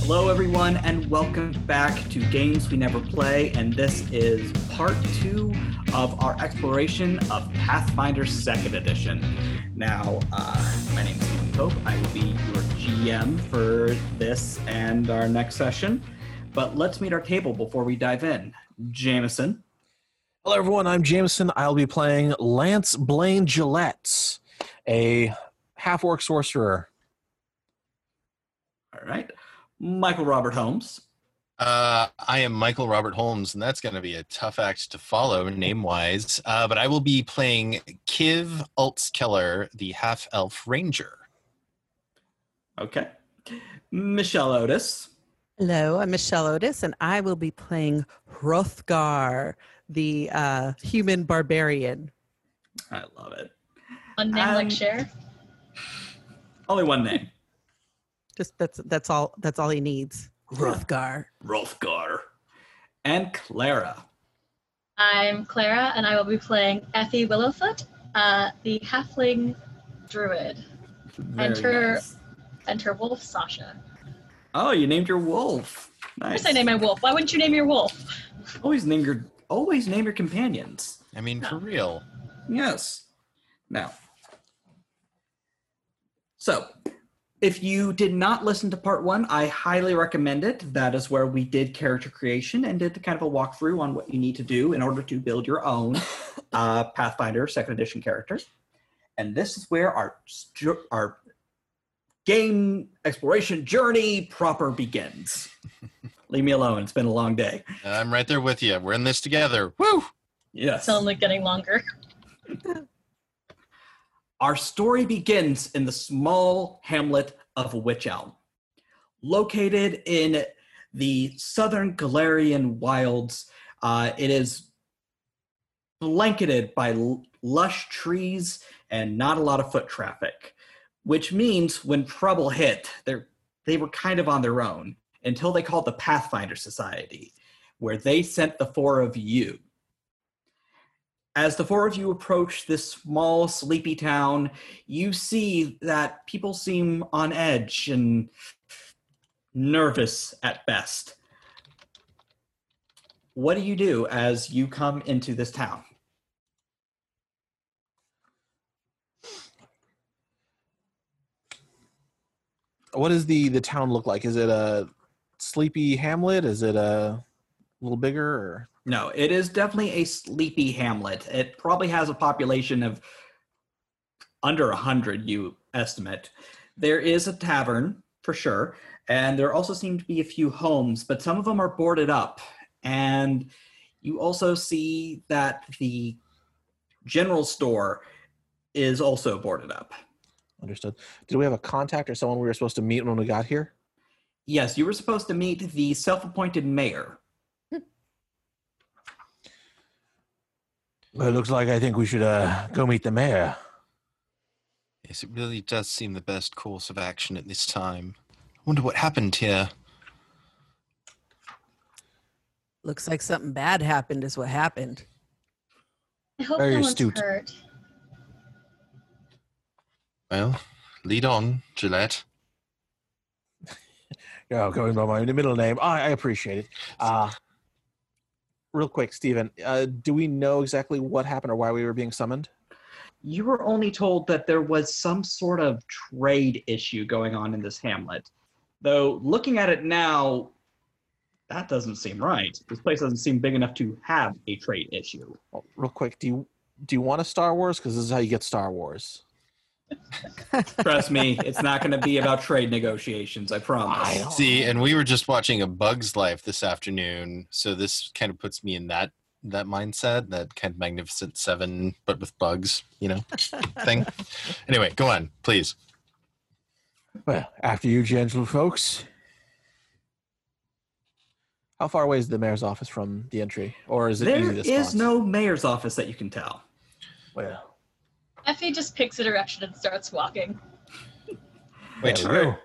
Hello, everyone, and welcome back to Games We Never Play. And this is part two of our exploration of Pathfinder Second Edition. Now, uh, my name is Stephen Pope. I will be your GM for this and our next session. But let's meet our table before we dive in. Jameson. Hello, everyone. I'm Jameson. I'll be playing Lance Blaine Gillette, a half orc sorcerer. All right. Michael Robert Holmes. Uh, I am Michael Robert Holmes, and that's going to be a tough act to follow name wise. Uh, but I will be playing Kiv Altskeller, the half elf ranger. Okay. Michelle Otis. Hello, I'm Michelle Otis, and I will be playing Hrothgar, the uh, human barbarian. I love it. One name Um, like Cher. Only one name Just that's that's all that's all he needs. Hrothgar. Rolfgar. And Clara. I'm Clara, and I will be playing Effie Willowfoot, uh, the halfling druid, Very Enter- nice. and her wolf Sasha. Oh, you named your wolf. Of Nice. course, I name my wolf. Why wouldn't you name your wolf? always name your always name your companions. I mean, for real. Yes. Now. So, if you did not listen to part one, I highly recommend it. That is where we did character creation and did the kind of a walkthrough on what you need to do in order to build your own uh, Pathfinder Second Edition character. And this is where our stu- our game exploration journey proper begins. Leave me alone. It's been a long day. I'm right there with you. We're in this together. Woo! Yes. It's only getting longer. Our story begins in the small hamlet of Witch Elm, located in the southern Galarian wilds. Uh, it is blanketed by l- lush trees and not a lot of foot traffic, which means when trouble hit, they're- they were kind of on their own until they called the Pathfinder Society, where they sent the four of you. As the four of you approach this small, sleepy town, you see that people seem on edge and nervous at best. What do you do as you come into this town? What does the the town look like? Is it a sleepy hamlet? Is it a little bigger? Or No, it is definitely a sleepy hamlet. It probably has a population of under 100, you estimate. There is a tavern, for sure, and there also seem to be a few homes, but some of them are boarded up. And you also see that the general store is also boarded up. understood? Did we have a contact or someone we were supposed to meet when we got here? Yes, you were supposed to meet the self appointed mayor. It looks like I think we should uh, go meet the mayor. Yes, it really does seem the best course of action at this time. I wonder what happened here. Looks like something bad happened is what happened. I hope Very no one's astute. hurt. Well, lead on, Gillette. Oh, going by my middle name. I, I appreciate it. Uh, real quick, Stephen, uh, do we know exactly what happened or why we were being summoned? you were only told that there was some sort of trade issue going on in this hamlet. Though looking at it now, that doesn't seem right. This place doesn't seem big enough to have a trade issue. Well, Oh, real quick, do you do you want a Star Wars? Because this is how you get Star Wars. Trust me, it's not going to be about trade negotiations, I I promise. know. See, and we were just watching A Bug's Life this afternoon, so this kind of puts me in that that mindset, that kind of Magnificent Seven, but with bugs, you know, thing. Anyway, go on, please. Well, after you, gentle folks. How far away is the mayor's office from the entry, or is it There easy to is spot? no mayor's office that you can tell. Well, Effie just picks a direction and starts walking Wait, there we go.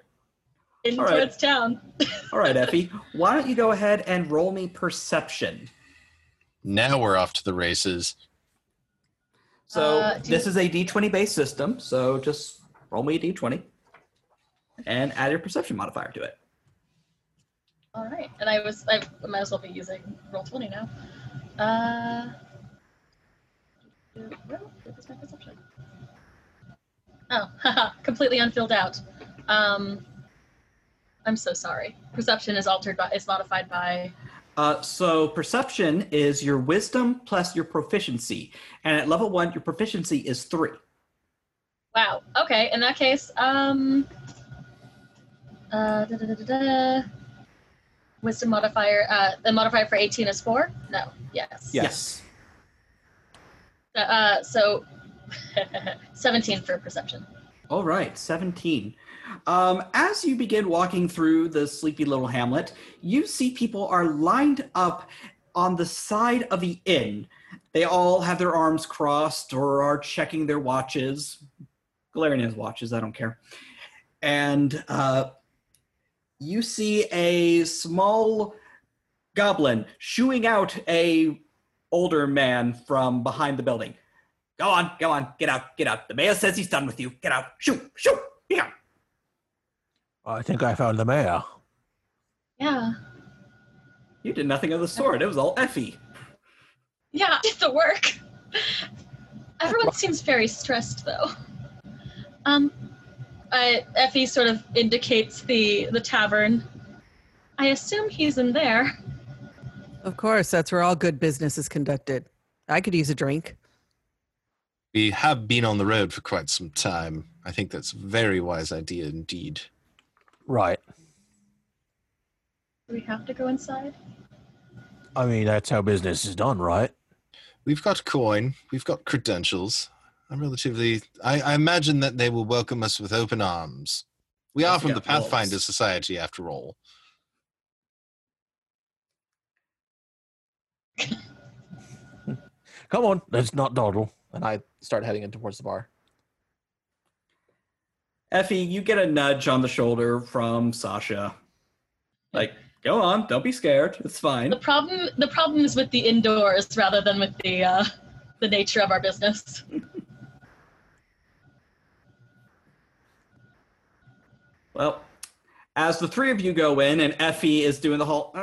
in All right. towards town. All right, Effie, why don't you go ahead and roll me perception? now we're off to the races. So Uh, do this you- is a d20 based system, so just roll me a d20 and add your perception modifier to it. All right, and I was I might as well be using roll twenty now. Uh, where is my perception? Oh, haha, completely unfilled out. Um, I'm so sorry. Perception is altered by is modified by. Uh, so perception is your wisdom plus your proficiency, and at level one, your proficiency is three. Wow. Okay. In that case, um, uh, da, da, da, da, da. wisdom modifier. Uh, the modifier for eighteen is four. No. Yes. Yes. Uh, so, seventeen for perception. All right, 17. Um, as you begin walking through the sleepy little hamlet, you see people are lined up on the side of the inn. They all have their arms crossed or are checking their watches. Galarian has watches, I don't care. And uh, you see a small goblin shooing out a older man from behind the building. Go on, go on, get out, get out. The mayor says he's done with you. Get out. Shoot, shoot, yeah. I think I found the mayor. Yeah. You did nothing of the sort. It was all Effie. Yeah. Did the work. Everyone seems very stressed though. Um, I, Effie sort of indicates the the tavern. I assume he's in there. Of course, that's where all good business is conducted. I could use a drink. We have been on the road for quite some time. I think that's a very wise idea indeed. Right. Do we have to go inside? I mean, that's how business is done, right? We've got coin, we've got credentials. I'm relatively. I, I imagine that they will welcome us with open arms. We are Yes, we from the got wolves. Pathfinder Society, after all. Come on, let's not dawdle. And I start heading in towards the bar. Effie, you get a nudge on the shoulder from Sasha. Like, go on, don't be scared. It's fine. The problem the problem is with the indoors rather than with the uh, the nature of our business. Well, as the three of you go in, and Effie is doing the whole, uh,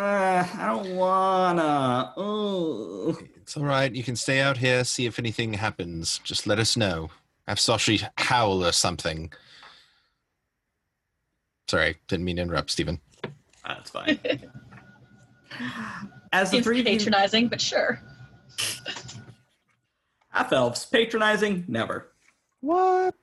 I don't wanna. Ooh. It's all right. You can stay out here, see if anything happens. Just let us know. Have Sashi howl or something. Sorry, didn't mean to interrupt, Stephen. That's fine. As the Seems three of you, patronizing, but sure. half elves, patronizing, never. What?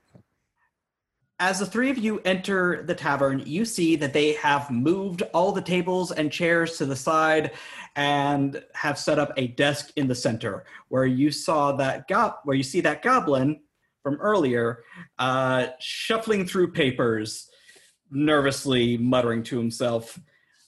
As the three of you enter the tavern, you see that they have moved all the tables and chairs to the side and have set up a desk in the center where you saw that go- where you see that goblin from earlier uh, shuffling through papers nervously muttering to himself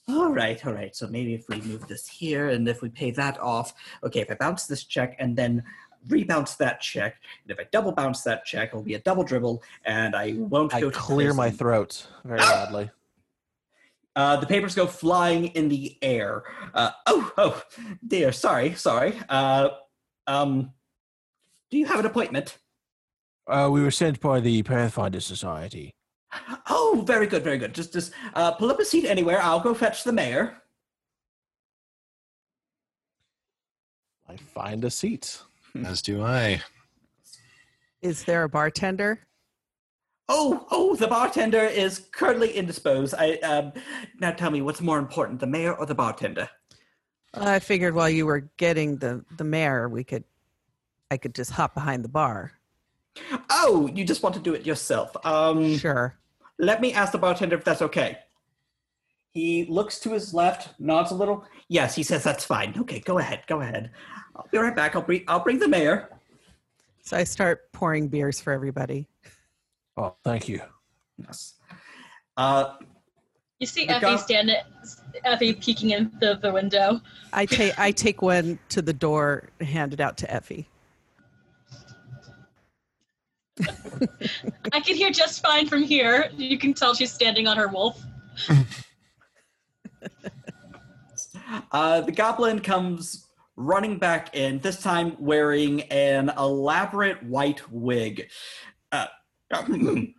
all right all right so maybe if we move this here and if we pay that off okay if i bounce this check and then rebounce that check and if i double bounce that check it'll be a double dribble and i won't I go to clear my prison." throat very loudly. Uh, the papers go flying in the air. Uh, oh, oh, dear. Sorry, sorry. Uh, um, do you have an appointment? Uh, we were sent by the Pathfinder Society. Oh, very good, very good. Just, just uh, pull up a seat anywhere. I'll go fetch the mayor. I find a seat. Mm. As do I. Is there a bartender? Oh, oh, the bartender is currently indisposed. I um, now tell me what's more important, the mayor or the bartender? I figured while you were getting the the mayor, we could, I could just hop behind the bar. Oh, you just want to do it yourself. Um, Sure. Let me ask the bartender if that's okay. He looks to his left, nods a little. Yes, he says that's fine. Okay, go ahead, go ahead. I'll be right back. I'll bring I'll bring the mayor. So I start pouring beers for everybody. Oh, thank you. Yes. Uh, You see The Effie gov- standing Effie peeking in the, the window. I take I take one to the door, hand it out to Effie. I can hear just fine from here. You can tell she's standing on her wolf. uh, the goblin comes running back in, this time wearing an elaborate white wig. Uh,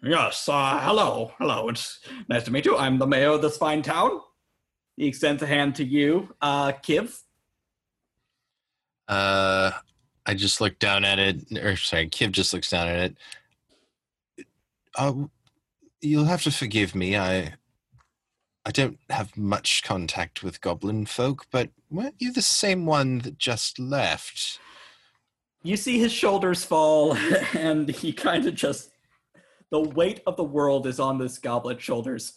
yes, uh, hello, hello. It's nice to meet you. I'm the mayor of this fine town. He extends a hand to you, uh, Kiv. Uh, I just look down at it, or sorry, Kib just looks down at it. Uh, you'll have to forgive me. I, I don't have much contact with goblin folk, but weren't you the same one that just left? You see his shoulders fall, and he kind of just. The weight of the world is on this goblet's shoulders.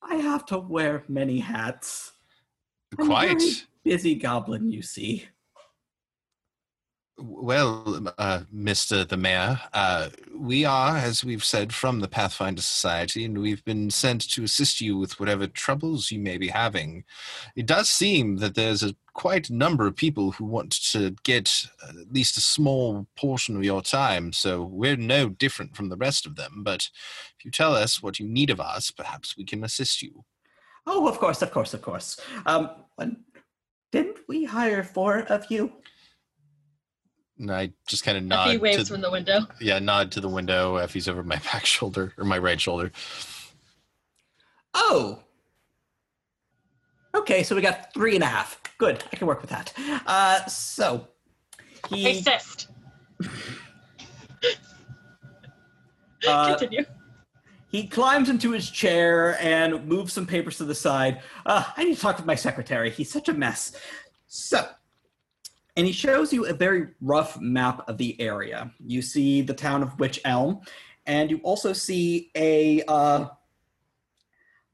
I have to wear many hats. I'm Quite. very busy goblin, you see. Well, uh, Mr. the Mayor, uh, we are, as we've said, from the Pathfinder Society, and we've been sent to assist you with whatever troubles you may be having. It does seem that there's a quite a number of people who want to get at least a small portion of your time, so we're no different from the rest of them. But if you tell us what you need of us, perhaps we can assist you. Oh, of course, of course, of course. Um, when- didn't we hire four of you? And I just kind of nod. Effie waves to, from the window. yeah, nod to the window. If he's over my back shoulder or my right shoulder. Oh. Okay, so we got three and a half. Good, I can work with that. Uh, so Hey, he cyst. uh, Continue. he climbs into his chair and moves some papers to the side. Uh, I need to talk with my secretary. He's such a mess. So, and he shows you a very rough map of the area. You see the town of Witch Elm, and you also see a uh,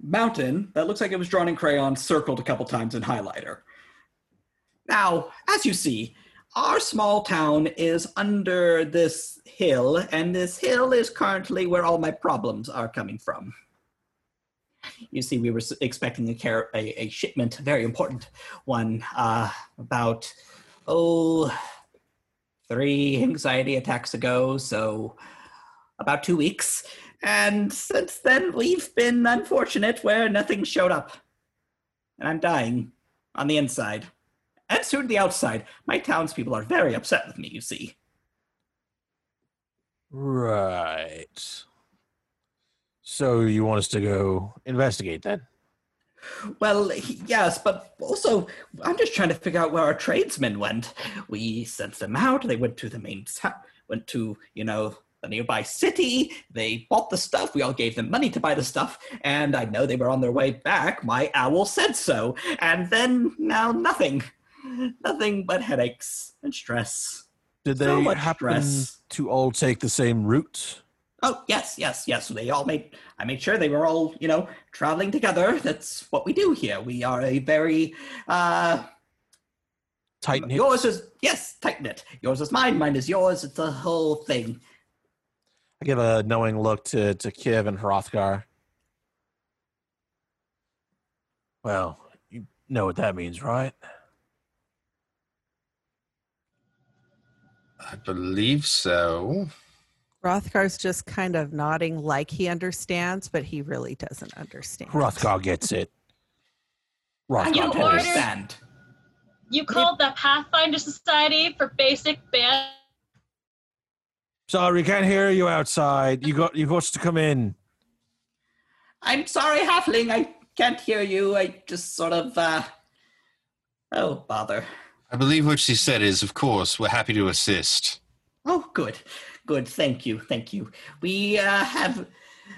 mountain that looks like it was drawn in crayon, circled a couple times in highlighter. Now, as you see, our small town is under this hill, and this hill is currently where all my problems are coming from. You see, we were s- expecting a, car- a, a shipment, a very important one, uh, about, oh, three anxiety attacks ago, so about two weeks. And since then, we've been unfortunate where nothing showed up. And I'm dying on the inside and soon the outside. My townspeople are very upset with me, you see. Right. So you want us to go investigate then? Well, yes, but also, I'm just trying to figure out where our tradesmen went. We sent them out, they went to the main town, went to, you know, the nearby city, they bought the stuff, we all gave them money to buy the stuff, and I know they were on their way back, my owl said so, and then now nothing. Nothing but headaches and stress. Did So they much happen stress. to all take the same route? Oh yes, yes, yes. They all made. I made sure they were all, you know, traveling together. That's what we do here. We are a very. Uh, Titan hit. yours is yes, tight knit. Yours is mine. Mine is yours. It's the whole thing. I give a knowing look to, to Kiv and Hrothgar. Well, you know what that means, right? I believe so. Hrothgar's just kind of nodding like he understands, but he really doesn't understand. Hrothgar gets it. I Hrothgar You don't ordered- knows. understand. You called the Pathfinder Society for basic ban. Sorry, can't hear you outside. You got you got to come in. I'm sorry, halfling. I can't hear you. I just sort of. Uh, oh bother. I believe what she said is, of course, we're happy to assist. Oh, good, good. Thank you, thank you. We uh, have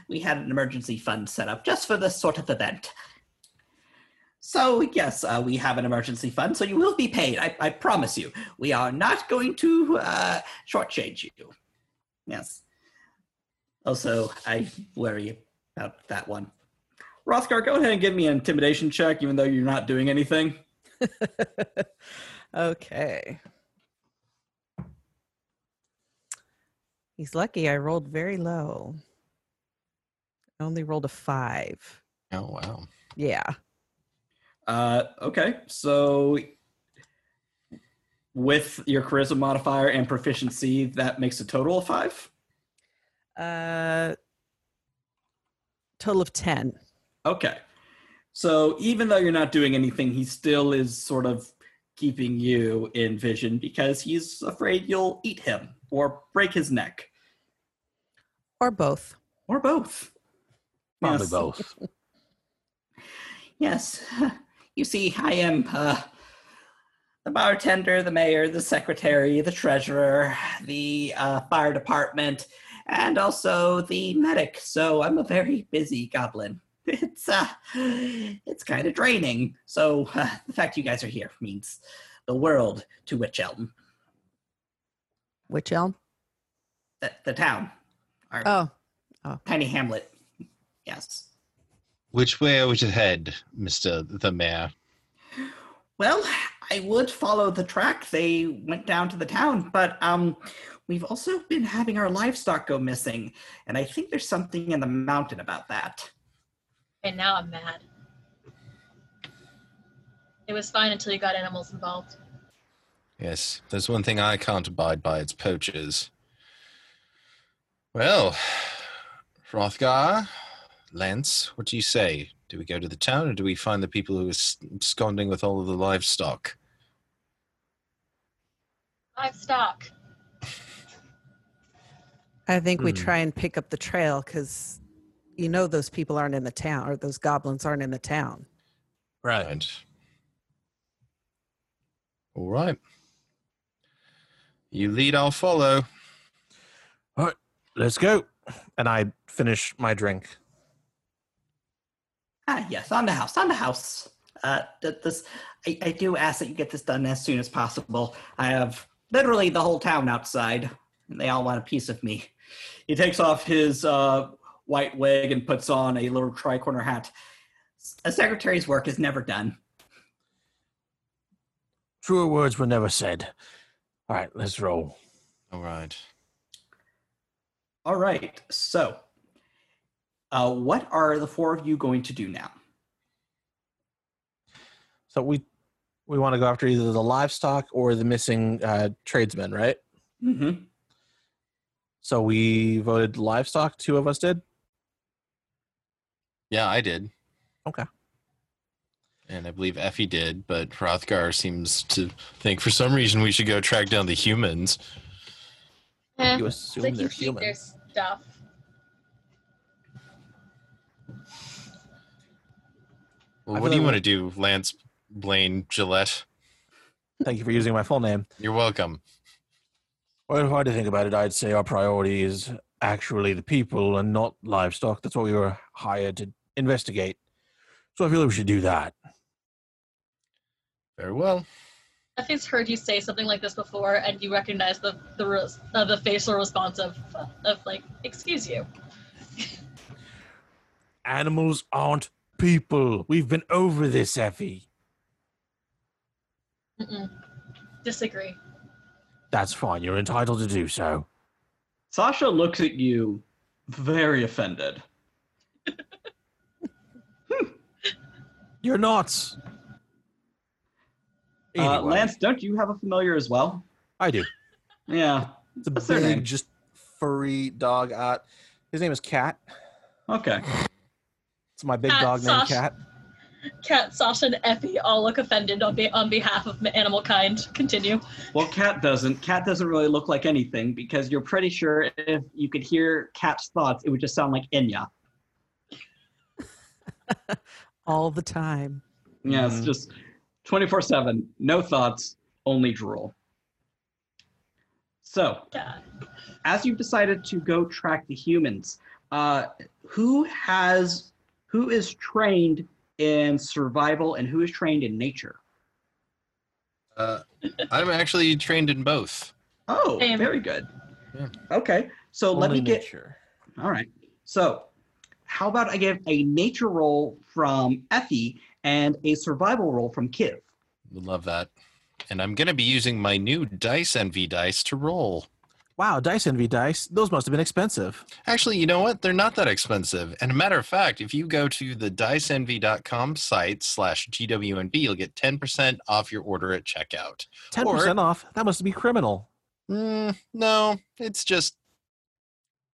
we had an emergency fund set up just for this sort of event. So yes, uh, we have an emergency fund, so you will be paid. I, I promise you. We are not going to uh, shortchange you. Yes. Also, I worry about that one. Rothgar, go ahead and give me an intimidation check, even though you're not doing anything. okay. He's lucky I rolled very low. I only rolled a five. Oh, wow. Yeah. Uh, okay, so with your charisma modifier and proficiency, that makes a total of five. Uh, total of 10. Okay, so even though you're not doing anything, he still is sort of keeping you in vision because he's afraid you'll eat him or break his neck Or both. or both. Probably Yes. both. Yes, you see, I am uh, the bartender, the mayor, the secretary, the treasurer, the uh, fire department, and also the medic. So I'm a very busy goblin. It's uh, it's kind of draining. So uh, the fact you guys are here means the world to Witch Elm, Which elm? the, the town, our Oh, tiny hamlet. Yes. Which way are we to head, Mister the Mayor? Well, I would follow the track. They went down to the town, but um, we've also been having our livestock go missing, and I think there's something in the mountain about that. And now I'm mad. It was fine until you got animals involved. Yes, there's one thing I can't abide by. It's poachers. Well, Hrothgar, Lance, what do you say? Do we go to the town, or do we find the people who are s- absconding with all of the livestock? Livestock. I think we Hmm. try and pick up the trail because you know those people aren't in the town or those goblins aren't in the town. Right. All right. You lead, I'll follow. Let's go. And I finish my drink. Ah, yes, on the house, on the house. Uh, th- this, I, I do ask that you get this done as soon as possible. I have literally the whole town outside, and they all want a piece of me. He takes off his uh, white wig and puts on a little tricorner hat. A secretary's work is never done. Truer words were never said. All right, let's roll. All right. All right. So, uh, what are the four of you going to do now? So we we want to go after either the livestock or the missing uh, tradesmen, right? Mm-hmm. So we voted livestock. Two of us did. Yeah, I did. Okay. And I believe Effie did, but Hrothgar seems to think for some reason we should go track down the humans. Eh, You they assume can they're keep human. their stuff. I Well, what feel do you like want to do, Lance Blaine Gillette? Thank you for using my full name. You're welcome. Well, if I had to think about it, I'd say our priority is actually the people and not livestock. That's what we were hired to investigate. So I feel like we should do that. Very well. Effie's heard you say something like this before, and you recognize the the res- uh, the facial response of of like, excuse you. Animals aren't people. We've been over this, Effie. Mm-mm. Disagree. That's fine. You're entitled to do so. Sasha looks at you, very offended. You're not. Uh, Anyway, Lance, don't you have a familiar as well? I do. Yeah. It's a What's their name? big, just furry dog. Uh, his name is Cat. Okay. It's my big Cat dog named sauce. Cat. Cat, Sasha, and Effie all look offended on, be- on behalf of the animal kind. Continue. Well, Cat doesn't. Cat doesn't really look like anything because you're pretty sure if you could hear Cat's thoughts, it would just sound like Enya. all the time. Yeah, it's Mhm. just 24 7, no thoughts, only drool. So, God. as you've decided to go track the humans, uh, who has who is trained in survival and who is trained in nature? Uh, I'm actually trained in both. Oh, Same. very good. Yeah. Okay, so let me Only get nature. all right. So, how about I give a nature roll from Effie and a survival roll from Kiv? Would Love that. And I'm going to be using my new Dice Envy dice to roll. Wow, dice envy dice. Those must have been expensive. Actually, you know what? They're not that expensive. And a matter of fact, if you go to the diceenvy.com site slash GWNB, you'll get 10% off your order at checkout. Ten percent off. That must be criminal. Mm, no, it's just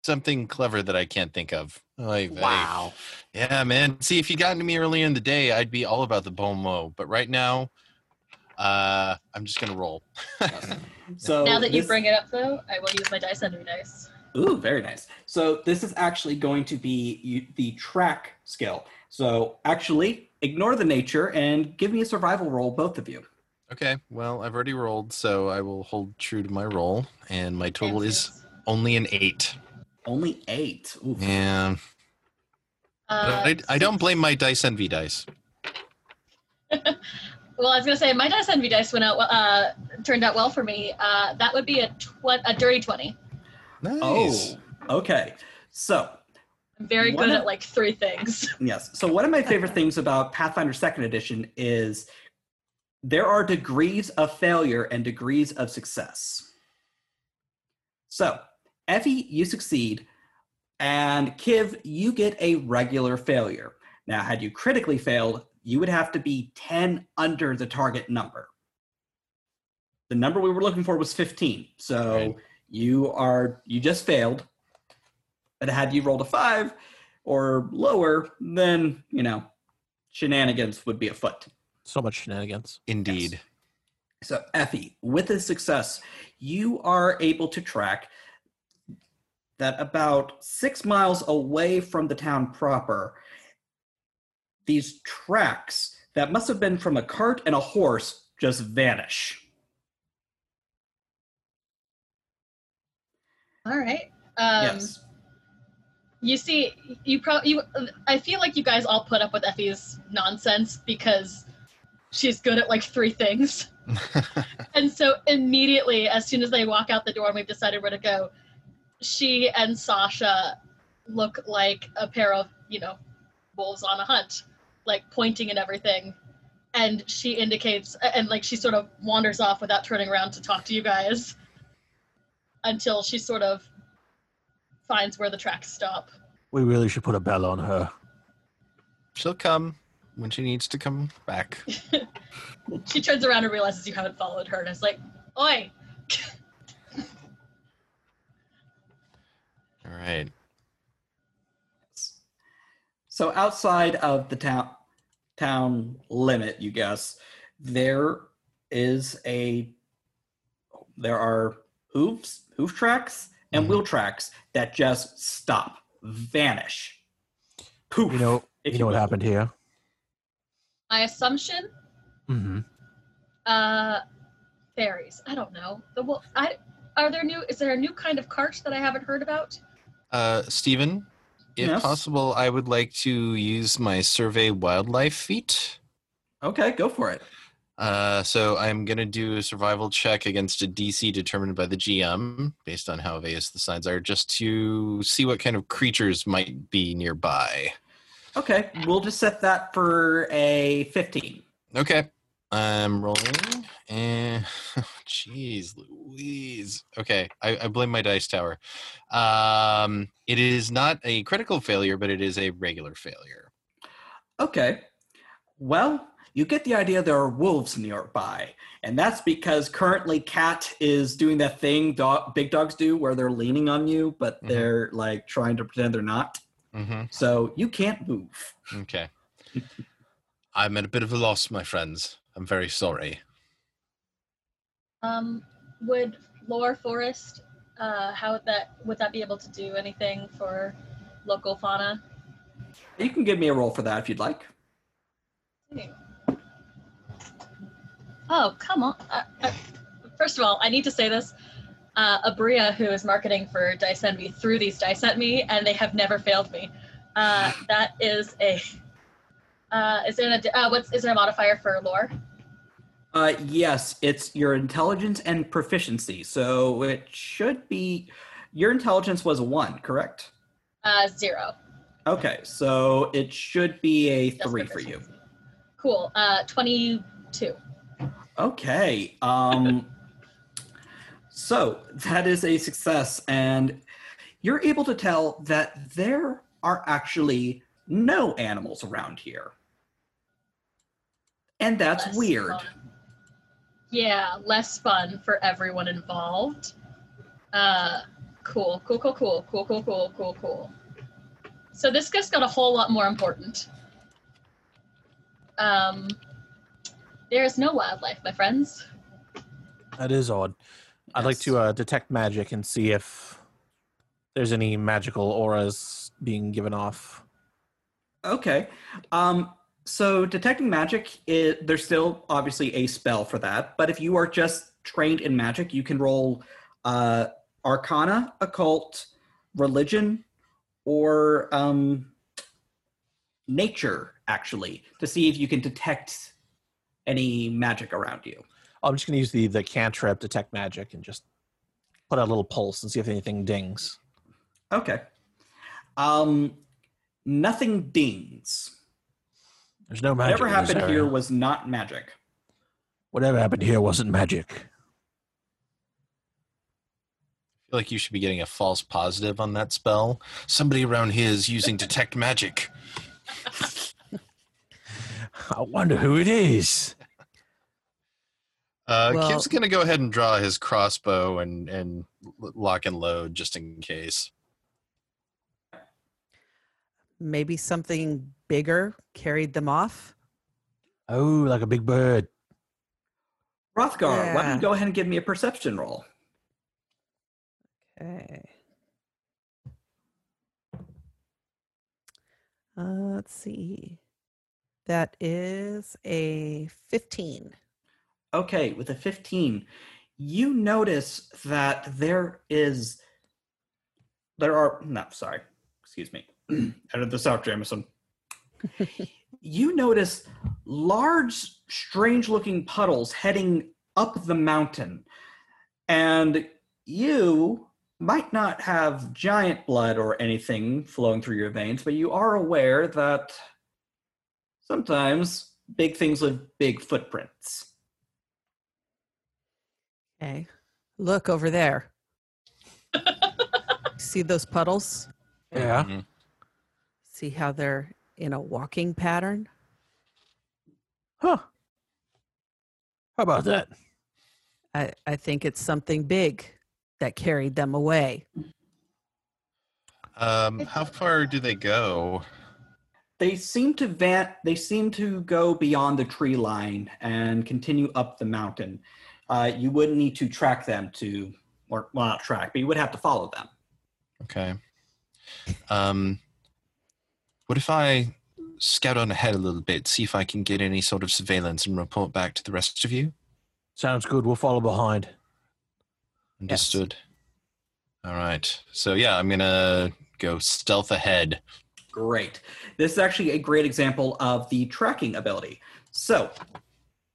something clever that I can't think of. Oy vey. Yeah, man. See, if you'd gotten to me earlier in the day, I'd be all about the bon mot. But right now, uh, I'm just going to roll. So now that you this- bring it up, though, I will use my dice under dice. Ooh, very nice. So this is actually going to be you, the track skill. So actually, Ignore the nature and give me a survival roll, both of you. Okay. Well, I've already rolled, so I will hold true to my roll, and my total is Fancy. only an eight. Only eight. Oof. Yeah. Uh, But I, I don't blame my dice envy dice. Well, I was gonna say my dice envy dice went out. well- Uh, turned out well for me. Uh, that would be a tw- a dirty twenty. Nice. Oh, okay. So, I'm very One good of- at like three things. yes. So, one of my favorite things about Pathfinder Second Edition is there are degrees of failure and degrees of success. So, Effie, you succeed, and Kiv, you get a regular failure. Now, had you critically failed, you would have to be 10 under the target number. The number we were looking for was 15. So Right. you are you just failed. But had you rolled a 5 or lower, then, you know, shenanigans would be afoot. So much shenanigans. Indeed. So, Effie, with this success, you are able to track that about six miles away from the town proper, these tracks that must have been from a cart and a horse just vanish. All right. Um, yes. You see, you probably. You, I feel like you guys all put up with Effie's nonsense because she's good at like three things. And so immediately, as soon as they walk out the door and we've decided where to go, she and Sasha look like a pair of, you know, wolves on a hunt, like pointing and everything. And she indicates, and like she sort of wanders off without turning around to talk to you guys until she sort of finds where the tracks stop. We really should put a bell on her. She'll come when she needs to come back. She turns around and realizes you haven't followed her and is like, Oi, All right. So, outside of the town town limit, you guess there is a there are hooves, hoof tracks, and Mhm. Mm-hmm. wheel tracks that just stop, vanish, poof. You know, if you know what will. happened here. my assumption Mm-hmm. Uh, fairies. I don't know. The well, I are there new? Is there a new kind of cart that I haven't heard about? Uh, Stephen, if Yes? possible, I would like to use my survey wildlife feat. Okay, go for it. Uh, so I'm gonna do a survival check against a DC determined by the GM, based on how various the signs are, just to see what kind of creatures might be nearby. Okay, we'll just set that for a 15. Okay, I'm rolling. And oh, jeez, Louise. Okay, I, I blame my dice tower. Um, it is not a critical failure, but it is a regular failure. Okay. Well, you get the idea there are wolves nearby. And that's because currently Cat is doing that thing dog, big dogs do where they're leaning on you, but Mhm. they're like trying to pretend they're not. Mm-hmm. So you can't move. Okay. I'm at a bit of a loss, my friends. I'm very sorry. Um, would lore forest? Uh, how would that would that be able to do anything for local fauna? You can give me a roll for that if you'd like. Hmm. Oh come on! Uh, uh, first of all, I need to say this. Uh, Abria, who is marketing for Dice Envy, threw these dice at me, and they have never failed me. Uh, that is a. Uh, is there a uh, what's is there a modifier for lore? Uh, yes, it's your intelligence and proficiency. So it should be your intelligence was a one, correct? Uh, zero. Okay, so it should be a Just three for you. proficiency. Cool. Uh, 22. Okay. Um, so that is a success, and you're able to tell that there are actually no animals around here. And that's Less weird. fun. Yeah, less fun for everyone involved. Uh, cool, cool, cool, cool, cool, cool, cool, cool, cool. So this just got a whole lot more important. Um, there is no wildlife, my friends. That is odd. I'd like Yes. to uh, detect magic and see if there's any magical auras being given off. Okay. Um, So detecting magic, it, there's still obviously a spell for that, but if you are just trained in magic, you can roll uh, Arcana, Occult, Religion, or um, Nature, actually, to see if you can detect any magic around you. I'm just going to use the the cantrip detect magic and just put out a little pulse and see if anything dings. Okay. Um, nothing dings. There's no magic. Whatever in this happened area. here was not magic. Whatever happened here wasn't magic. feel like you should be getting a false positive on that spell. Somebody around here is using detect magic. I wonder who it is. Uh, Well- Kiv's gonna go ahead and draw his crossbow and and l- lock and load just in case. Maybe something bigger carried them off. Oh, like a big bird. Rothgar, why don't Yeah. you go ahead and give me a perception roll? Okay. Uh, let's see. That is a 15. Okay, with a 15, you notice that there is. There are. No, sorry. Excuse me. Edit this out, Jameson. you notice large, strange looking puddles heading up the mountain. And you might not have giant blood or anything flowing through your veins, but you are aware that sometimes big things leave big footprints. Okay. Look over there. see those puddles? Yeah. Mhm. See how they're in a walking pattern? Huh. How about that? I, I think it's something big that carried them away. Um, how far do they go? they seem to van they seem to go beyond the tree line and continue up the mountain uh, you would need to track them to or well not track but you would have to follow them Okay. Um, what if I scout on ahead a little bit, see if I can get any sort of surveillance and report back to the rest of you? Sounds good. We'll follow behind. Understood. All right. So yeah, I'm gonna go stealth ahead. great this is actually a great example of the tracking ability so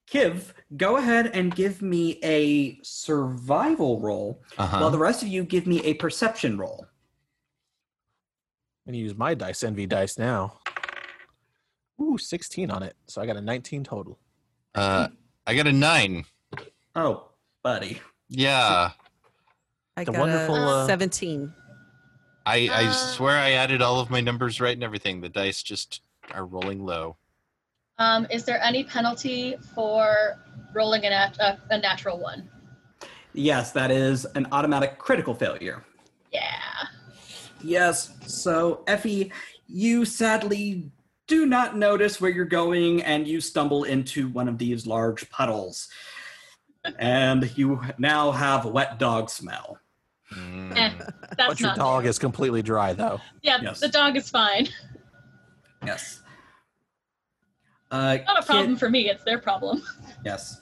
kiv go ahead and give me a survival roll Uh huh. while the rest of you give me a perception roll I'm going to use my dice, Envy dice now. Ooh, 16 on it. So I got a 19 total. Uh, I got a nine. oh buddy Yeah, I The got wonderful, a uh, 17. I I Uh. swear I added all of my numbers right and everything. The dice just are rolling low. Um, is there any penalty for rolling a, nat- a, a natural one? yes that is an automatic critical failure Yeah. Yes. So, Effie, you sadly do not notice where you're going and you stumble into one of these large puddles. and you now have a wet dog smell. Mm. That's but your not dog bad. is completely dry, though. Yeah, Yes. the dog is fine. Yes. Uh, Not a problem Kiv- for me, it's their problem. yes.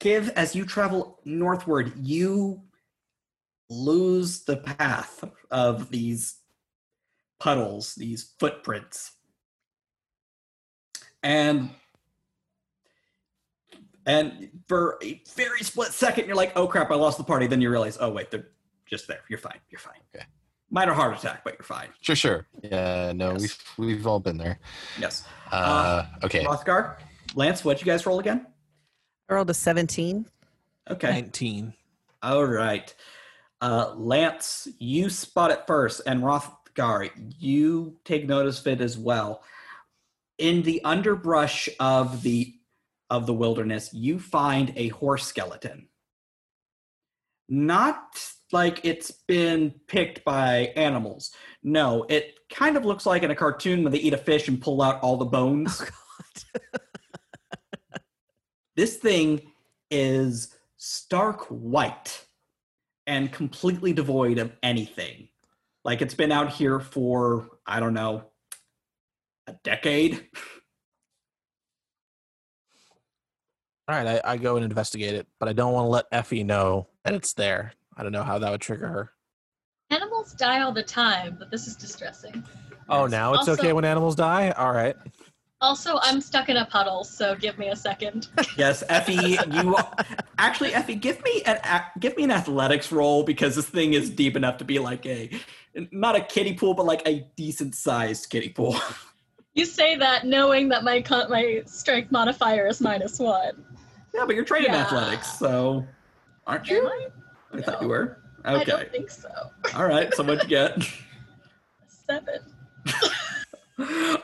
Kiv, as you travel northward, you lose the path of these puddles, these footprints. And and for a very split second, you're like, "Oh crap, I lost the party." Then you realize, "Oh wait, they're just there. You're fine. You're fine." Okay. Minor heart attack, but you're fine. Sure, sure. Yeah, no, Yes. we've we've all been there. Yes. Uh, okay. Rothgar, Lance, what'd you guys roll again? I rolled a 17. Okay. 19. All right. Uh, Lance, you spot it first, and Rothgar, you take notice of it as well. In the underbrush of the of the wilderness, you find a horse skeleton. Not like it's been picked by animals. No, it kind of looks like in a cartoon when they eat a fish and pull out all the bones. Oh, God. This thing is stark white and completely devoid of anything. Like it's been out here for, I don't know, a decade. All right, I, I go and investigate it, but I don't want to let Effie know that it's there. I don't know how that would trigger her. Animals die all the time, but this is distressing. Oh, Yes. now it's Also- okay when animals die? All right. Also, I'm stuck in a puddle, so give me a second. Yes, Effie, you actually Effie, give me an a- give me an athletics roll because this thing is deep enough to be like a not a kiddie pool, but like a decent sized kiddie pool. You say that knowing that my con- my strength modifier is minus one. yeah, but you're trained in Yeah. athletics, so aren't Am you? I? I thought you were. I don't Okay. think so. All right. So what'd you get? Seven.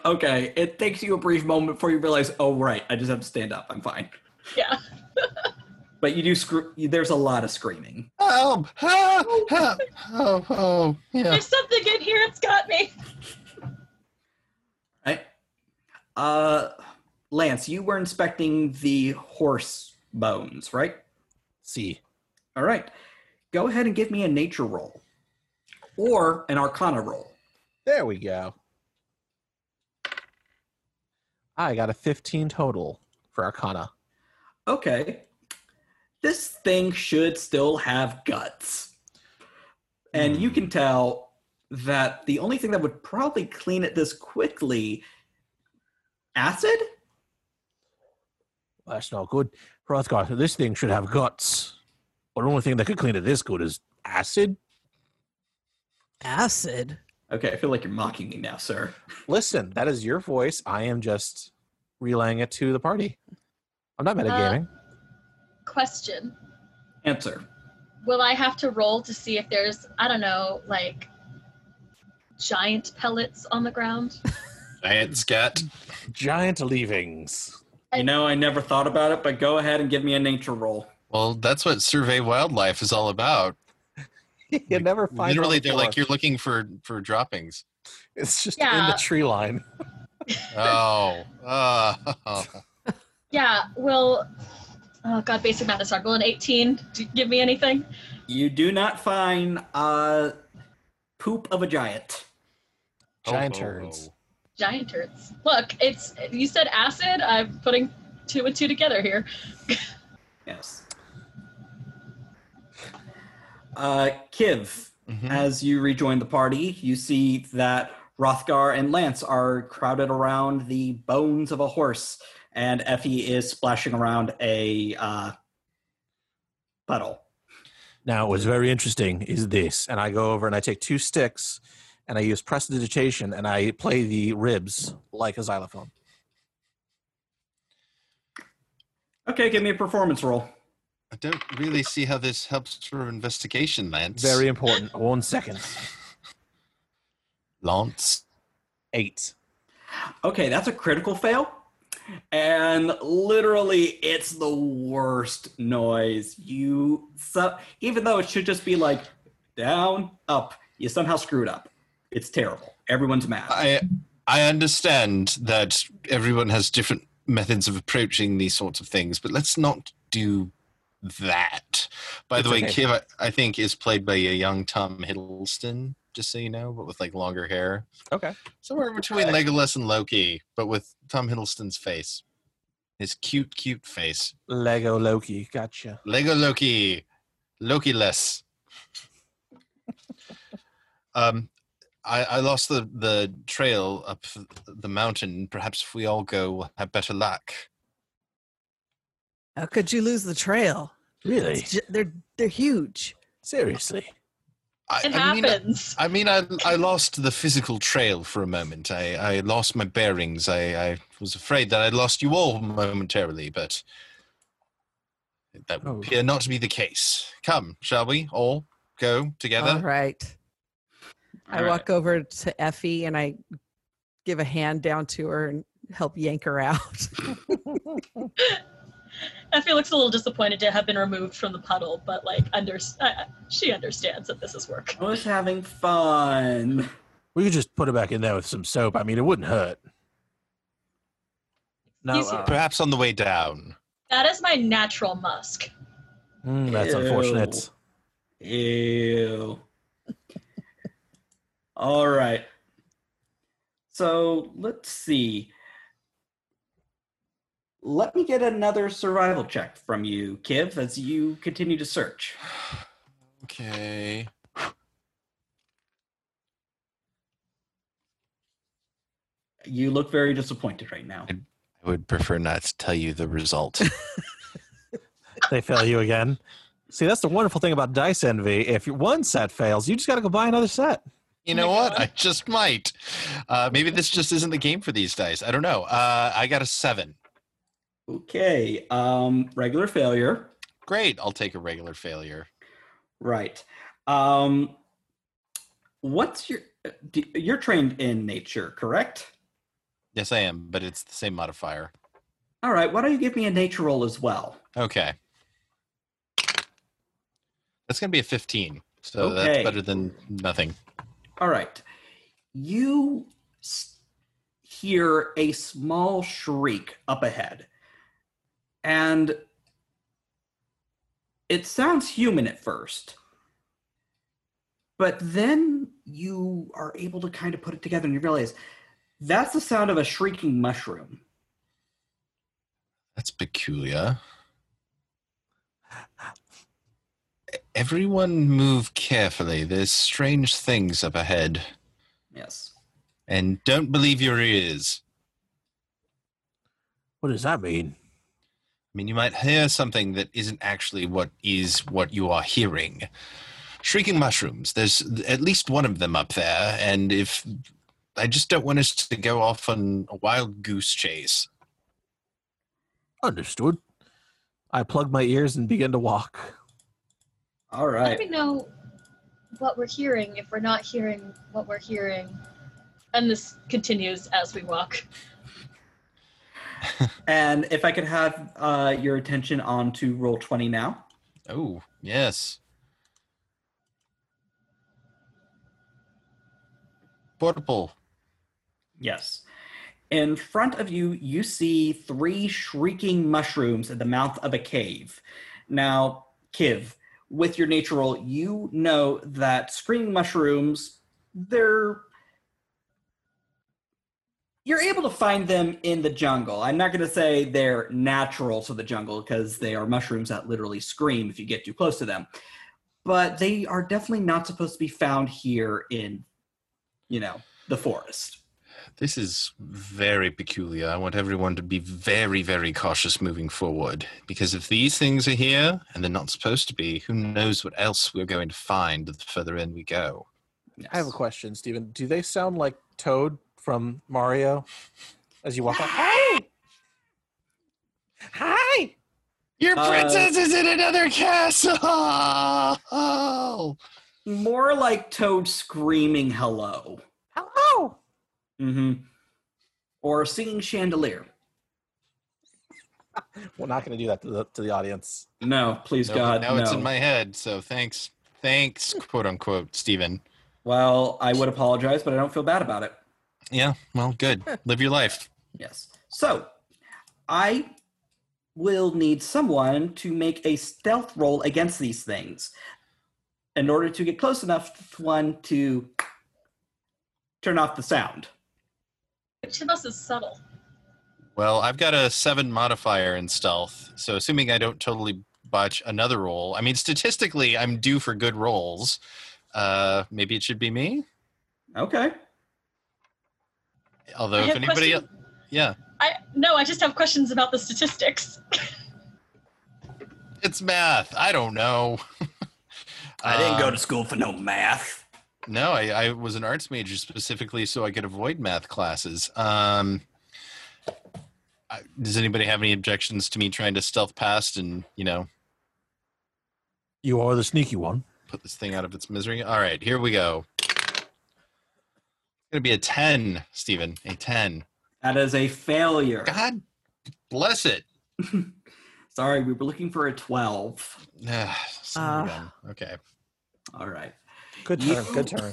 okay. It takes you a brief moment before you realize, oh right, I just have to stand up. I'm fine. Yeah. But you do screw. There's a lot of screaming. Help! Help! Help! Oh, oh, yeah. There's something in here. It's got me. Right. Uh, Lance, you were inspecting the horse bones, right? See. All right. Go ahead and give me a nature roll or an arcana roll. There we go. I got a 15 total for Arcana. Okay. This thing should still have guts. And you can tell that the only thing that would probably clean it this quickly acid? That's not good. Hrothgar, this thing should have guts. But the only thing that could clean it this good is acid. Acid. Okay, I feel like you're mocking me now, sir. Listen, that is your voice. I am just relaying it to the party. I'm not metagaming. Question. Answer. Will I have to roll to see if there's, I don't know, like giant pellets on the ground? Giant scat. Giant leavings. You know, I never thought about it, but go ahead and give me a nature roll. Well, that's what survey wildlife is all about. you never find Literally, on the they're floor. like you're looking for for droppings. It's just in Yeah. the tree line. Oh, oh. Yeah. Will. Oh God, basic math is hard. Will an 18 d- give me anything? You do not find uh, poop of a giant. Giant Oh, oh, turds. oh. Giant turds. Look, it's you said acid. I'm putting two and two together here. Yes. Uh, Kiv, Mhm. Uh, as you rejoin the party, you see that Hrothgar and Lance are crowded around the bones of a horse, and Effie is splashing around a uh, puddle. Now, what's very interesting is this, and I go over and I take two sticks, and I use prestidigitation, and I play the ribs like a xylophone. Okay, give me a performance roll. I don't really see how this helps for investigation, Lance. Very important. One second. Lance. Eight. Okay, that's a critical fail. And literally, it's the worst noise. You, so, even though it should just be like down, up, you somehow screwed up. It's terrible. Everyone's mad. I I understand that everyone has different methods of approaching these sorts of things, but let's not do that. By the It's way, okay. Kiv, I, I think, is played by a young Tom Hiddleston, just so you know, but with like longer hair. Okay. Somewhere between Legolas and Loki, but with Tom Hiddleston's face. His cute, cute face. Lego Loki. Gotcha. Lego Loki, Loki less. um, I, I lost the the trail up the mountain. Perhaps if we all go, we'll have better luck. How Oh, could you lose the trail? Really? It's ju- they're they're huge. Seriously? I, It I mean, happens. I mean, I I lost the physical trail for a moment. I, I lost my bearings. I, I was afraid that I lost you all momentarily, but that would Oh. appear not to be the case. Come, shall we all go together? All right. I All walk over to Effie and I give a hand down to her and help yank her out. Effie looks a little disappointed to have been removed from the puddle, but like under uh, she understands that this is work. I was having fun. We could just put it back in there with some soap. I mean, it wouldn't hurt. No. Easier. uh, Perhaps on the way down. That is my natural musk. mm, that's unfortunate. Ew. All right. So let's see. Let me get another survival check from you, Kiv, as you continue to search. Okay. You look very disappointed right now. I would prefer not to tell you the result. They fail you again. See, that's the wonderful thing about dice envy. If one set fails, you just got to go buy another set. You know Oh my what? God. I just might. Uh, maybe this just isn't the game for these dice. I don't know. Uh, I got a seven. Okay, um, regular failure. Great. I'll take a regular failure. Right. Um, what's your. do- You're trained in nature, correct? Yes, I am, but it's the same modifier. All right, why don't you give me a nature roll as well? Okay. That's going to be a 15. So that's Okay. better than nothing. All right. You s- hear a small shriek up ahead. And it sounds human at first. But then you are able to kind of put it together and you realize that's the sound of a shrieking mushroom. That's peculiar. Everyone move carefully. There's strange things up ahead. Yes. And don't believe your ears. What does that mean? I mean, you might hear something that isn't actually what is what you are hearing. Shrieking mushrooms. There's at least one of them up there, and if I just don't want us to go off on a wild goose chase. Understood. I plug my ears and begin to walk. All Let me right. know what we're hearing if we're not hearing what we're hearing. And this continues as we walk. And if I could have uh, your attention on to roll 20 now. Oh, yes. Portable. Yes. In front of you, you see three shrieking mushrooms at the mouth of a cave. Now, Kiv, with your nature roll, you know that screaming mushrooms, they're. You're able to find them in the jungle. I'm not going to say they're natural to the jungle because they are mushrooms that literally scream if you get too close to them. But they are definitely not supposed to be found here in, you know, the forest. This is very peculiar. I want everyone to be very, very cautious moving forward. Because if these things are here and they're not supposed to be, who knows what else we're going to find the further in we go. I have a Yes. question, Steven. Do they sound like Toad from Mario as you walk up? Hi! Hi! Your Uh, princess is in another castle! More like Toad screaming hello. Hello! hmm Or singing chandelier. We're not going to do that to the, to the audience. No, please Nope, God, now no. it's in my head, so thanks. Thanks, quote unquote, Stephen. well, I would apologize, but I don't feel bad about it. Yeah, well, good. Live your life. Yes. So, I will need someone to make a stealth roll against these things in order to get close enough to one to turn off the sound. Which of us is subtle? Well, I've got a seven modifier in stealth, so assuming I don't totally botch another roll, I mean, statistically, I'm due for good rolls. Uh, maybe it should be me. Okay. Although, I if have anybody, questions- yeah, I no, I just have questions about the statistics. it's math. I don't know. Uh, school for no math. No, I, I was an arts major specifically so I could avoid math classes. Um, I- does anybody have any objections to me trying to stealth past and you know You are the sneaky one. put this thing out of its misery? All right, here we go. It's gonna be a ten, Stephen. A ten. That is a failure. God bless it. Sorry, we were looking for a 12. Ah, Uh. son of a Ah. gun. okay. All right. Good You- turn. Good turn.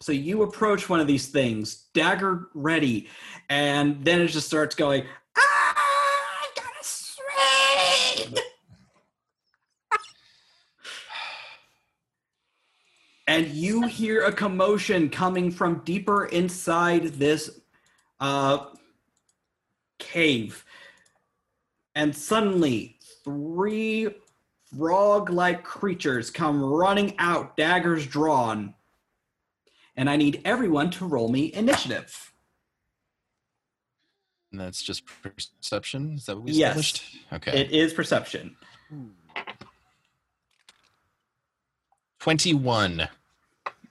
So you approach one of these things, dagger ready, and then it just starts going, ah, I got a swing! and you hear a commotion coming from deeper inside this uh, cave. and suddenly three frog-like creatures come running out, daggers drawn. And I need everyone to roll me initiative. And that's just perception. Is that what we Yes. established? Okay. It is perception. 21.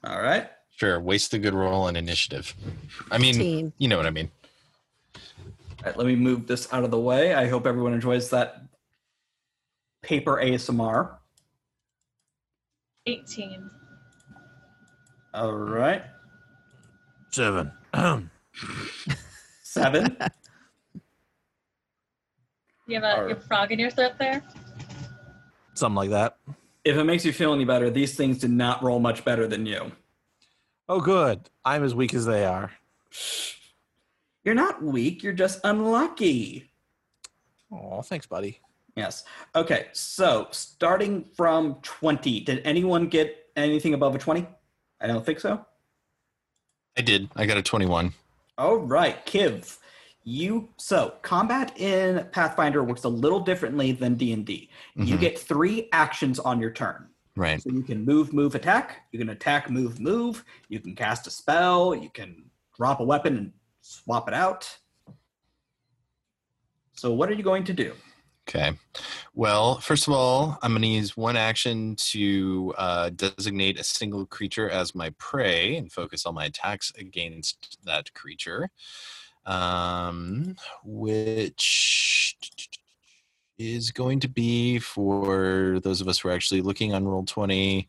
All right. Sure. Waste the good roll on initiative. I mean, 15. you know what I mean. All right, let me move this out of the way. I hope everyone enjoys that paper ASMR. 18. All right. Seven. Seven. You have a Or- your frog in your throat there? Something like that. if it makes you feel any better, these things did not roll much better than you. Oh, good. I'm as weak as they are. You're not weak, you're just unlucky. Oh, thanks, buddy. Yes. Okay, so starting from 20, did anyone get anything above a 20? I don't think so. I did. I got a 21. All right, Kiv. You so combat in Pathfinder works a little differently than D&D. You Mhm. get 3 actions on your turn. Right. So you can move, move, attack. You can attack, move, move. You can cast a spell. You can drop a weapon and swap it out. So what are you going to do? Okay. Well, first of all, I'm going to use one action to uh, designate a single creature as my prey and focus all my attacks against that creature, um, which is going to be for those of us who are actually looking on roll 20,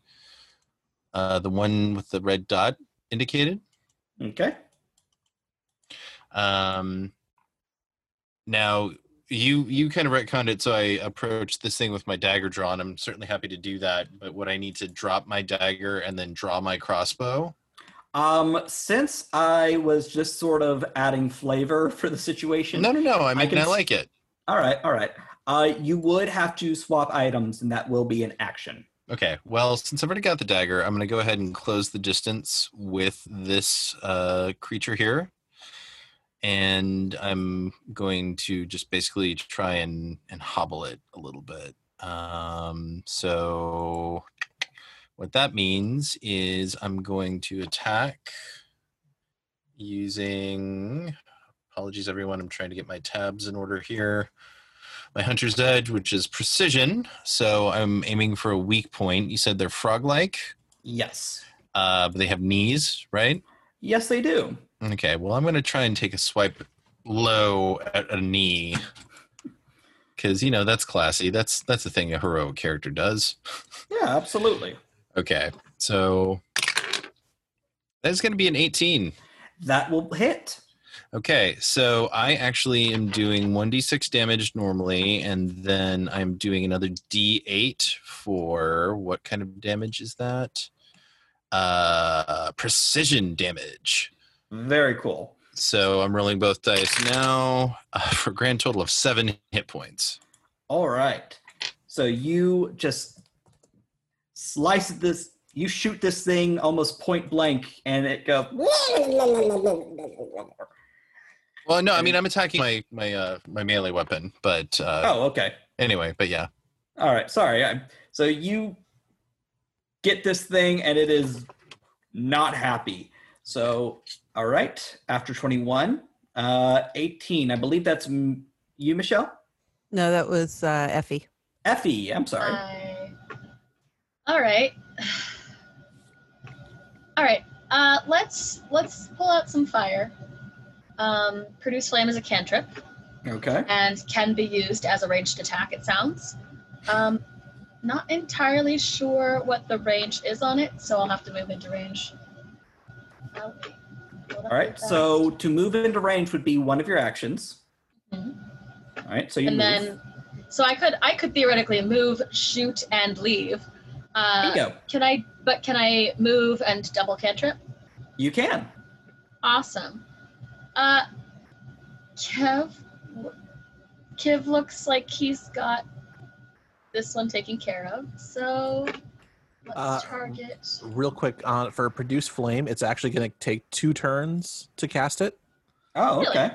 uh, the one with the red dot indicated. Okay. Um, now you you kind of retconned it, so I approached this thing with my dagger drawn. I'm certainly happy to do that, but would I need to drop my dagger and then draw my crossbow? Um, since I was just sort of adding flavor for the situation. No, no, no. I I mean, can I, s- like it. All right, all right. Uh, you would have to swap items, and that will be an action. Okay. Well, since I've already got the dagger, I'm going to go ahead and close the distance with this uh, creature here, and I'm going to just basically try and and hobble it a little bit. Um, so what that means is I'm going to attack using. Apologies, everyone. I'm trying to get my tabs in order here my hunter's edge, which is precision. So I'm aiming for a weak point. You said they're frog-like, Yes. uh, but they have knees, right? Yes, they do. Okay. Well, I'm going to try and take a swipe low at a knee, because you know that's classy. That's that's the thing a heroic character does. Yeah, absolutely. Okay. So that's going to be an 18. That will hit. Okay, so I actually am doing 1d6 damage normally, and then I'm doing another d8 for what kind of damage is that? Uh, precision damage. Very cool. So I'm rolling both dice now uh, for a grand total of seven hit points. All right. So you just slice this. You shoot this thing almost point blank, and it goes. Well, no, I mean I'm attacking my my uh, my melee weapon, but uh, Oh, okay. anyway, but yeah, All right. Sorry. I, so you get this thing, and it is not happy. So, all right. After 21, uh, 18. I believe that's m- you, Michelle? No, that was uh, Effie. Effie. I'm sorry. Uh, I- All right. All right. Uh, let's let's pull out some fire. Um, produce flame is a cantrip Okay. and can be used as a ranged attack. It sounds. Um, not entirely sure what the range is on it, so I'll have to move into range. All All right. So to move into range would be one of your actions. Mhm. All right. So you and move. then, so I could I could theoretically move, shoot, and leave. Uh, Bingo. Can I? But can I move and double cantrip? You can. Awesome. Uh, Kev, Kev looks like he's got this one taken care of. So let's Uh, target. Real quick, uh, for produce flame, it's actually going to take two turns to cast it. Oh, Really? okay.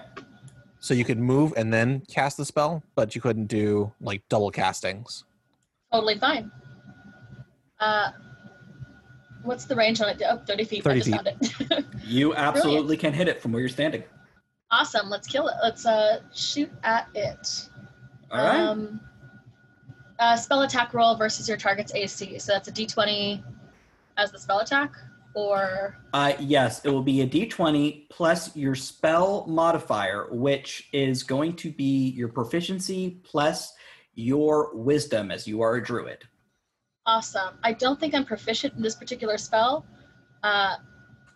So you could move and then cast the spell, but you couldn't do like double castings. Totally fine. Uh, what's the range on it? Oh, 30 feet. 30 I just found it. You absolutely can hit it from where you're standing. awesome. Let's kill it. Let's uh, shoot at it. All right. Um, uh, spell attack roll versus your target's AC. So that's a d20 as the spell attack, or Uh, yes, it will be a d20 plus your spell modifier, which is going to be your proficiency plus your wisdom, as you are a druid. awesome. I don't think I'm proficient in this particular spell, uh,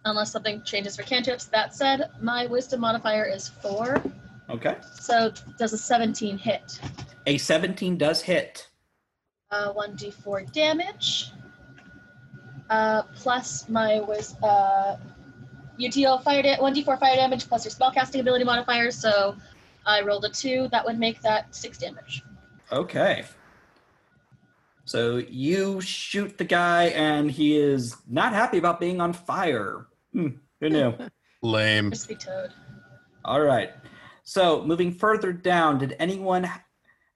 unless something changes for cantrips. That said, my wisdom modifier is four, Okay. so does a 17 hit. A 17 does hit. Uh, 1d4 damage. Uh, plus my was uh, you deal fire da- 1d4 fire damage plus your spellcasting ability modifier. So I rolled a two. That would make that six damage. Okay. So you shoot the guy, and he is not happy about being on fire. Hmm, who knew? Lame. Crispy toad. All right. So moving further down, did anyone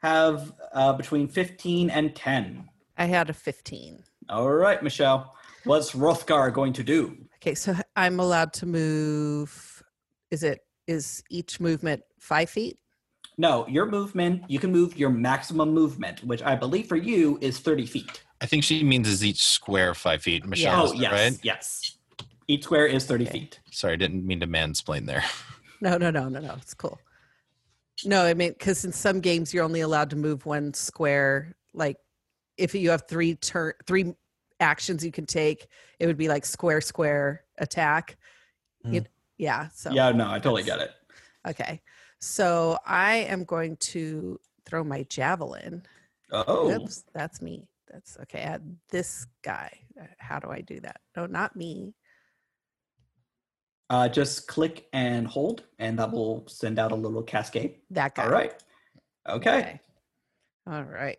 have uh, between 15 and 10? I had a 15. All right, Michelle. What's Rothgar going to do? Okay, so h- I'm allowed to move. Is it is each movement five feet? No, your movement, you can move your maximum movement, which I believe for you is 30 feet. I think she means is each square five feet. Michelle, oh, is that yes. right? Yes. Each square is 30 Okay. feet. Sorry, I didn't mean to mansplain there. No, no, no, no, no. It's cool. No, I mean because in some games you're only allowed to move one square. Like if you have three turn three actions you can take, it would be like square square attack. Mm. It, yeah. So Hmm. yeah, no, I totally get it. Okay. So I am going to throw my javelin. Oh, Oops, that's me. That's okay. At this guy. Uh, How do I do that? No, not me. uh, just click and hold, and that will send out a little cascade. That guy. All right. Okay. All right.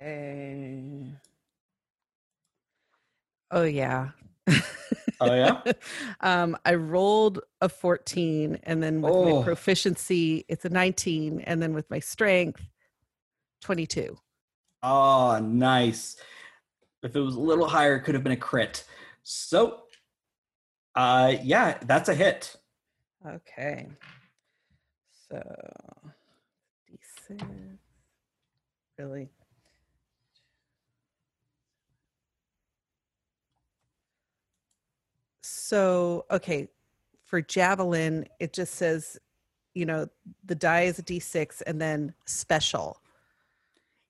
Okay. Oh yeah. Oh, yeah? um, I rolled a 14 and then with Oh. my proficiency, it's a 19. And then with my strength, 22. Oh, nice. If it was a little higher, it could have been a crit. So, uh, yeah, that's a hit. Okay. So, decent. Really? So, okay, for javelin, it just says, you know, the die is a d6 and then special. Oh,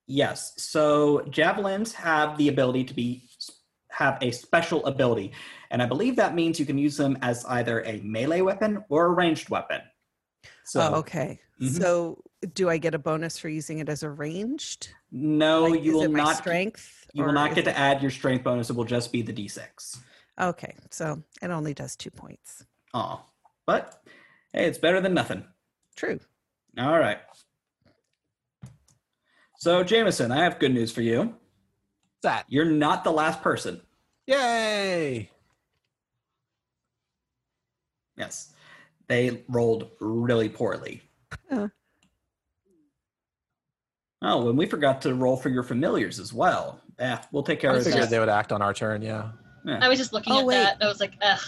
Yes. So javelins have the ability to be have a special ability, and I believe that means you can use them as either a melee weapon or a ranged weapon. So oh, okay. Mhm. So, do I get a bonus for using it as a ranged? no, Like, you is will it my not. strength. You or will not is get to it- add your strength bonus. It will just be the d6. Okay, so it only does two points. Oh, but hey, it's better than nothing. True. All right. So Jameson, I have good news for you. That. You're not the last person. Yay! Yes, they rolled really poorly. Huh. Oh, and we forgot to roll for your familiars as well. Yeah, we'll take care I I of was figured that. they would act on our turn, yeah. I was just looking Oh, at wait. that. And I was like, ugh.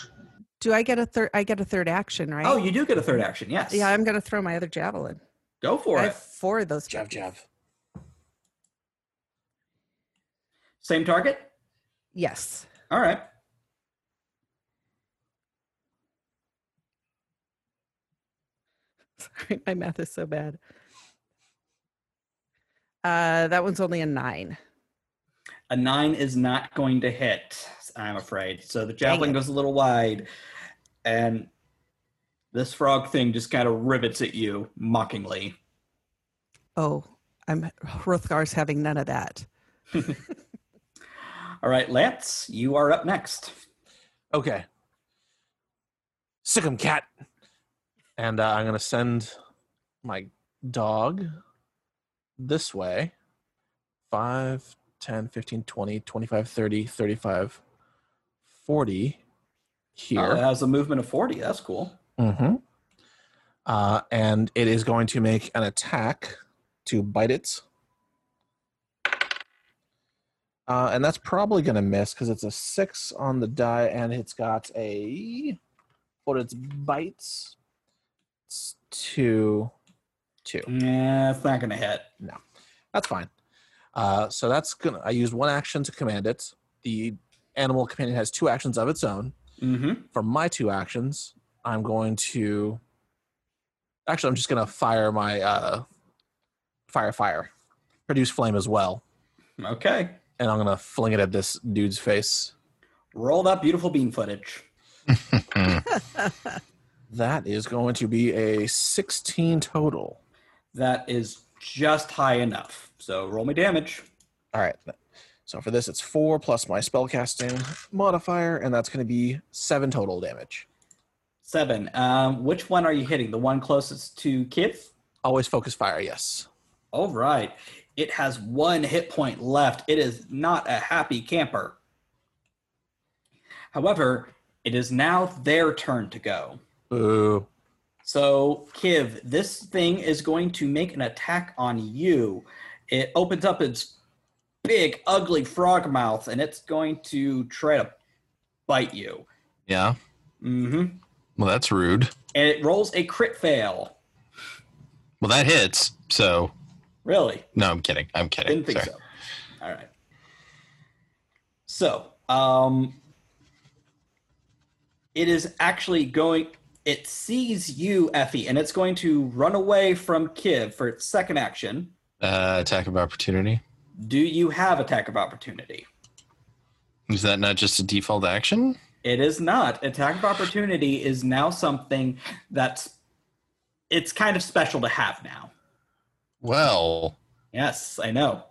Do I get a third? I get a third action, right? Oh, you do get a third action. Yes. yeah. I'm gonna throw my other javelin. Go for I it. have four of those. Jab, jab. Same target. Yes. All right. Sorry, my math is so bad. Uh, that one's only a nine. A nine is not going to hit. I'm afraid. So the javelin it. goes a little wide, and this frog thing just kind of rivets at you mockingly. Oh, I'm Hrothgar's having none of that. All right, Lance, you are up next. Okay. Sick 'em, cat. And uh, I'm going to send my dog this way 5, 10, 15, 20, 25, 30, 35, 40. Uh, it here. has a movement of 40. That's cool. hmm Uh, and it is going to make an attack to bite it. Uh, and that's probably going to miss because it's a six on the die and it's got a. For its bites, it's two. Two. Yeah, it's not going to hit. That's fine. Uh, so that's gonna. I used one action to command it. The animal companion has two actions of its own. hmm For my two actions, I'm going to. Actually, I'm just gonna fire my uh, fire fire, produce flame as well, Okay. and I'm gonna fling it at this dude's face. Roll that beautiful bean footage. Hmm. That is going to be a 16 total. That is just high enough. So roll me damage. All right. So for this, it's four plus my spellcasting modifier, and that's going to be seven total damage. Seven. Um, which one are you hitting? The one closest to Kith? Always focus fire. Yes. All right. It has one hit point left. It is not a happy camper. However, it is now their turn to go. Boo. So, Kiv, this thing is going to make an attack on you. It opens up its big, ugly frog mouth and it's going to try to bite you. yeah. hmm. Well, that's rude. And it rolls a crit fail. Well, that hits. So Really? no, I'm kidding. I'm kidding. Didn't think Sorry. so. All right. So, um, it is actually going. It sees you, Effie, and it's going to run away from Kiv for its second action. Uh, attack of opportunity. Do you have attack of opportunity? Is that not just a default action? It is not. Attack of opportunity is now something that's it's kind of special to have now. Well, Yes, I know.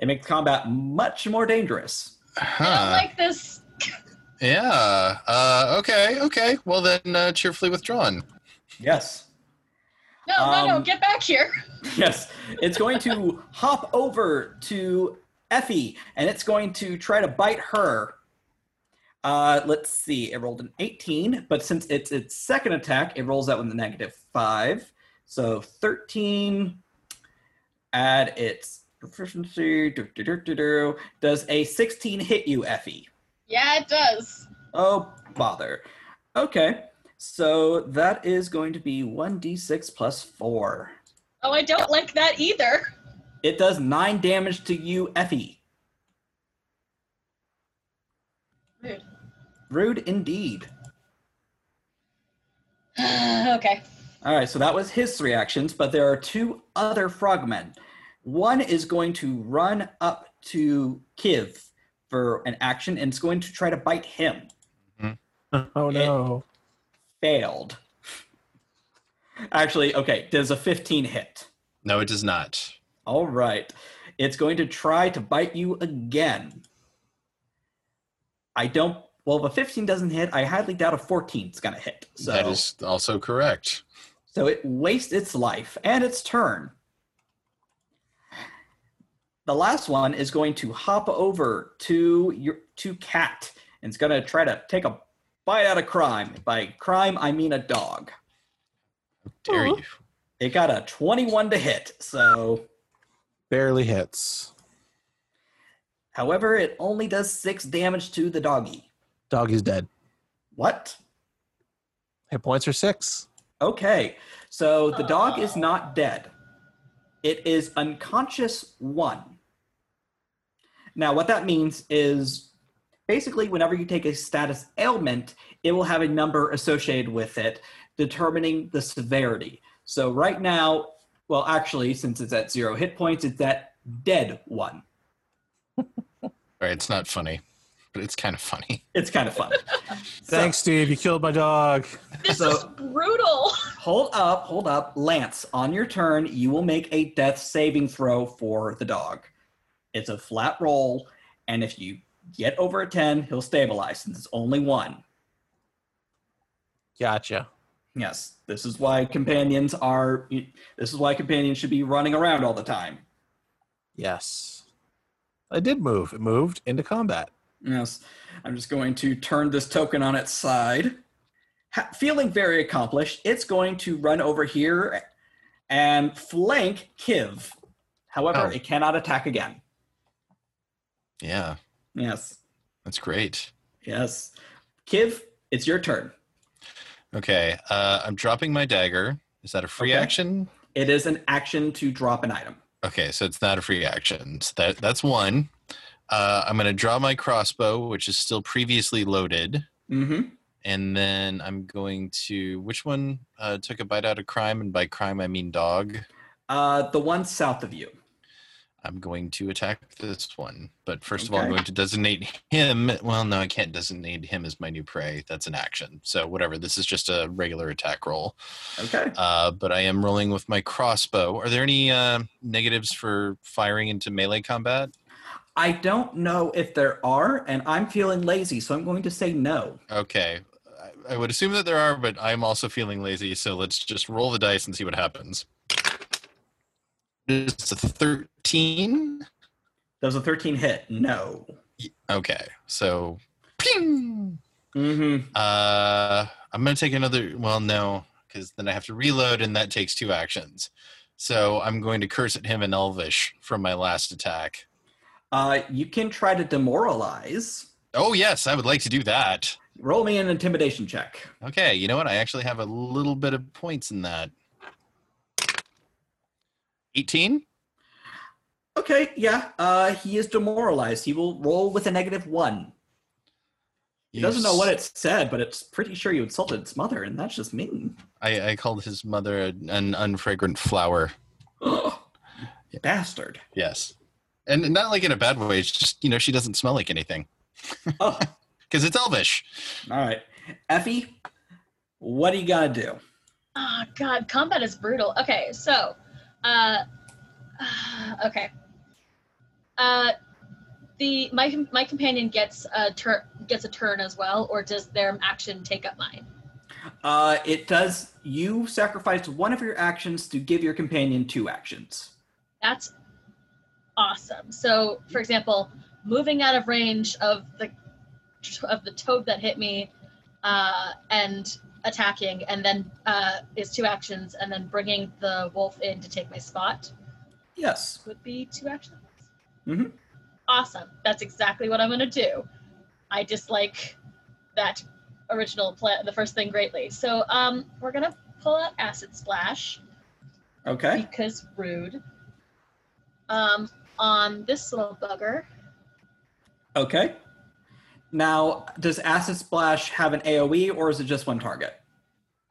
It makes combat much more dangerous. Uh. I don't huh. like this. yeah. Uh, okay. Okay. Well, then uh, cheerfully withdrawn. Yes. No, no, no, Um, get back here. Yes, it's going to hop over to Effie, and it's going to try to bite her. Uh, let's see. It rolled an 18, but since it's its second attack, it rolls out with a negative five, so 13. Add its proficiency. do, do, do, do, do. Does a 16 hit you, Effie? Yeah, it does. Oh bother. Okay, so that is going to be 1d6 plus four. Oh, I don't like that either. It does nine damage to you, Effie. Rude. Rude indeed. okay. All right, so that was his three actions, but there are two other frogmen. One is going to run up to Kiv for an action, and it's going to try to bite him. Oh no. Failed. Actually, okay, does a 15 hit? No, it does not. All right. It's going to try to bite you again. I don't. Well, if a 15 doesn't hit, I highly doubt a 14 is going to hit. So, That is also correct. so it wastes its life and its turn. The last one is going to hop over to your to cat and it's going to try to take a bite out of crime. By crime, I mean a dog. Dare Aw. you? It got a 21 to hit. So, Barely hits. however, it only does six damage to the doggy. Dog is dead. What? Hit points are six. Okay. So the dog is Oh. not dead. It is unconscious one. Now, what that means is basically whenever you take a status ailment, it will have a number associated with it, determining the severity. So right now, well, actually, since it's at zero hit points, it's at dead one. All right. It's not funny, but it's kind of funny. It's kind of fun. So- Thanks, Steve. You killed my dog. This So- is brutal. Hold up, hold up. Lance, on your turn, you will make a death saving throw for the dog. It's a flat roll, and if you get over a 10, he'll stabilize since it's only one. Gotcha. Yes, this is why companions are, this is why companions should be running around all the time. Yes. I did move. It moved into combat. Yes, I'm just going to turn this token on its side. Ha- feeling very accomplished, it's going to run over here and flank Kiv. However, Oh. it cannot attack again. Yeah, Yes, that's great. yes. Kiv, it's your turn. Okay, uh, I'm dropping my dagger. Is that a free Okay. action? It is an action to drop an item. Okay, so it's not a free action. So that that's one. Uh, I'm going to draw my crossbow, which is still previously loaded, Mm-hmm. and then I'm going to which one uh, took a bite out of crime, and by crime I mean dog. Uh, the one south of you. I'm going to attack this one, but first of all, I'm Okay. going to designate him. Well, no, I can't designate him as my new prey. That's an action. So whatever. This is just a regular attack roll. Okay. Uh, but I am rolling with my crossbow. Are there any uh, negatives for firing into melee combat? I don't know if there are, and I'm feeling lazy, so I'm going to say no. Okay. I- I would assume that there are, but I'm also feeling lazy, so let's just roll the dice and see what happens. It's a 13. Does a 13 hit? No. Okay, so ping! Mm-hmm. Uh, I'm going to take another. Well, no, because then I have to reload, and that takes two actions. So I'm going to curse at him in Elvish from my last attack. Uh, you can try to demoralize. Oh, yes, I would like to do that. Roll me an intimidation check. Okay, you know what? I actually have a little bit of points in that. 18? Okay, yeah. Uh, he is demoralized. He will roll with a negative one. He doesn't know what it said, but it's pretty sure you insulted its mother, and that's just mean. I, I called his mother an, an unfragrant flower. Bastard. Yes. And not like in a bad way. It's just, you know, she doesn't smell like anything Oh, because it's elvish. all right. Effie, what do you gotta do? Oh god, combat is brutal. Okay, so uh okay. Uh the my com- my companion gets a turn gets a turn as well or does their action take up mine? Uh, it does. You sacrifice one of your actions to give your companion two actions. That's awesome. So, for example, moving out of range of the of the toad that hit me uh and attacking and then uh is two actions and then bringing the wolf in to take my spot. Yes. would be two actions. Mhm. Awesome. That's exactly what I'm going to do. I dislike that original plan, the first thing greatly. So um, we're going to pull out Acid Splash Okay. because rude um, on this little bugger. Okay. Now, does Acid Splash have an AoE or is it just one target?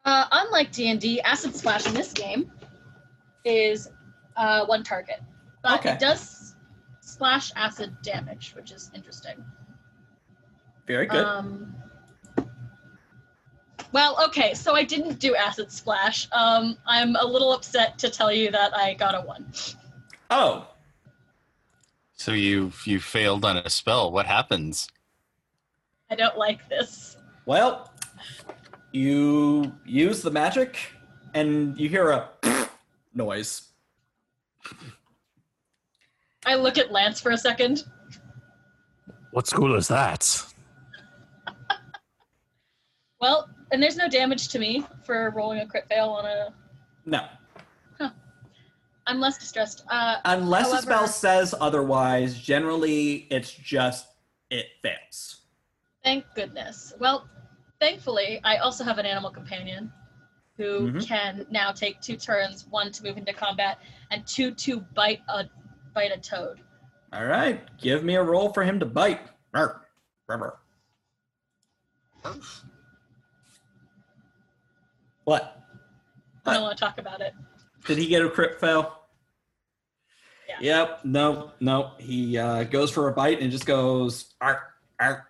Uh, unlike D&D, Acid Splash in this game is uh, one target. But Okay. it does splash acid damage, which is interesting. Very good. Um, well, okay, so I didn't do acid splash. Um, I'm a little upset to tell you that I got a one. oh, So you you failed on a spell. What happens? I don't like this. well, you use the magic and you hear a noise. I look at Lance for a second. What school is that? Well, and there's no damage to me for rolling a crit fail on a. No. I'm less distressed. Uh, Unless the spell However- says otherwise, generally it's just it fails. thank goodness. Well, thankfully, I also have an animal companion who Mhm. can now take two turns: one to move into combat, and two to bite a bite a toad. All right. Give me a roll for him to bite. Arr, arr, arr. What? I don't Uh, want to talk about it. Did he get a crit fail? Yeah. Yep. No, no. He uh, goes for a bite and just goes, ark, ark.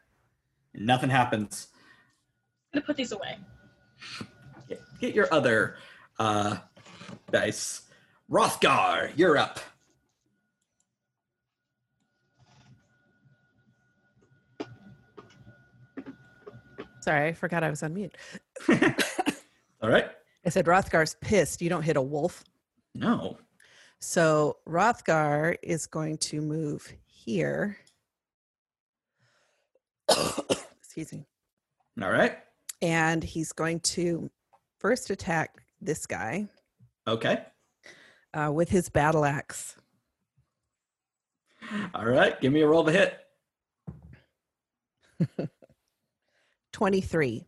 Nothing happens. I'm gonna put these away. Get, get your other uh, dice. Rothgar, you're up. Sorry, I forgot I was on mute. All right. I said Rothgar's pissed. You don't hit a wolf. No. So Rothgar is going to move here. Excuse me. All right. And he's going to first attack this guy Okay. uh, with his battle axe. All right. Give me a roll to hit. 23.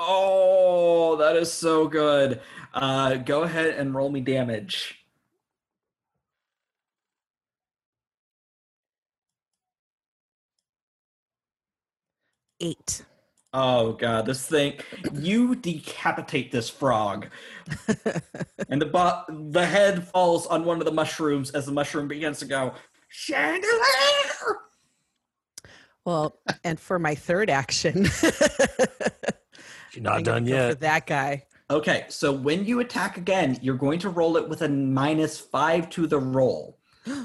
Oh, that is so good. Uh, go ahead and roll me damage. Eight. Oh god, this thing! You decapitate this frog, and the bo- the head falls on one of the mushrooms as the mushroom begins to go chandelier. well, and for my third action, You're I'm not gonna done go For yet. that guy. Okay, so when you attack again, you're going to roll it with a minus five to the roll, but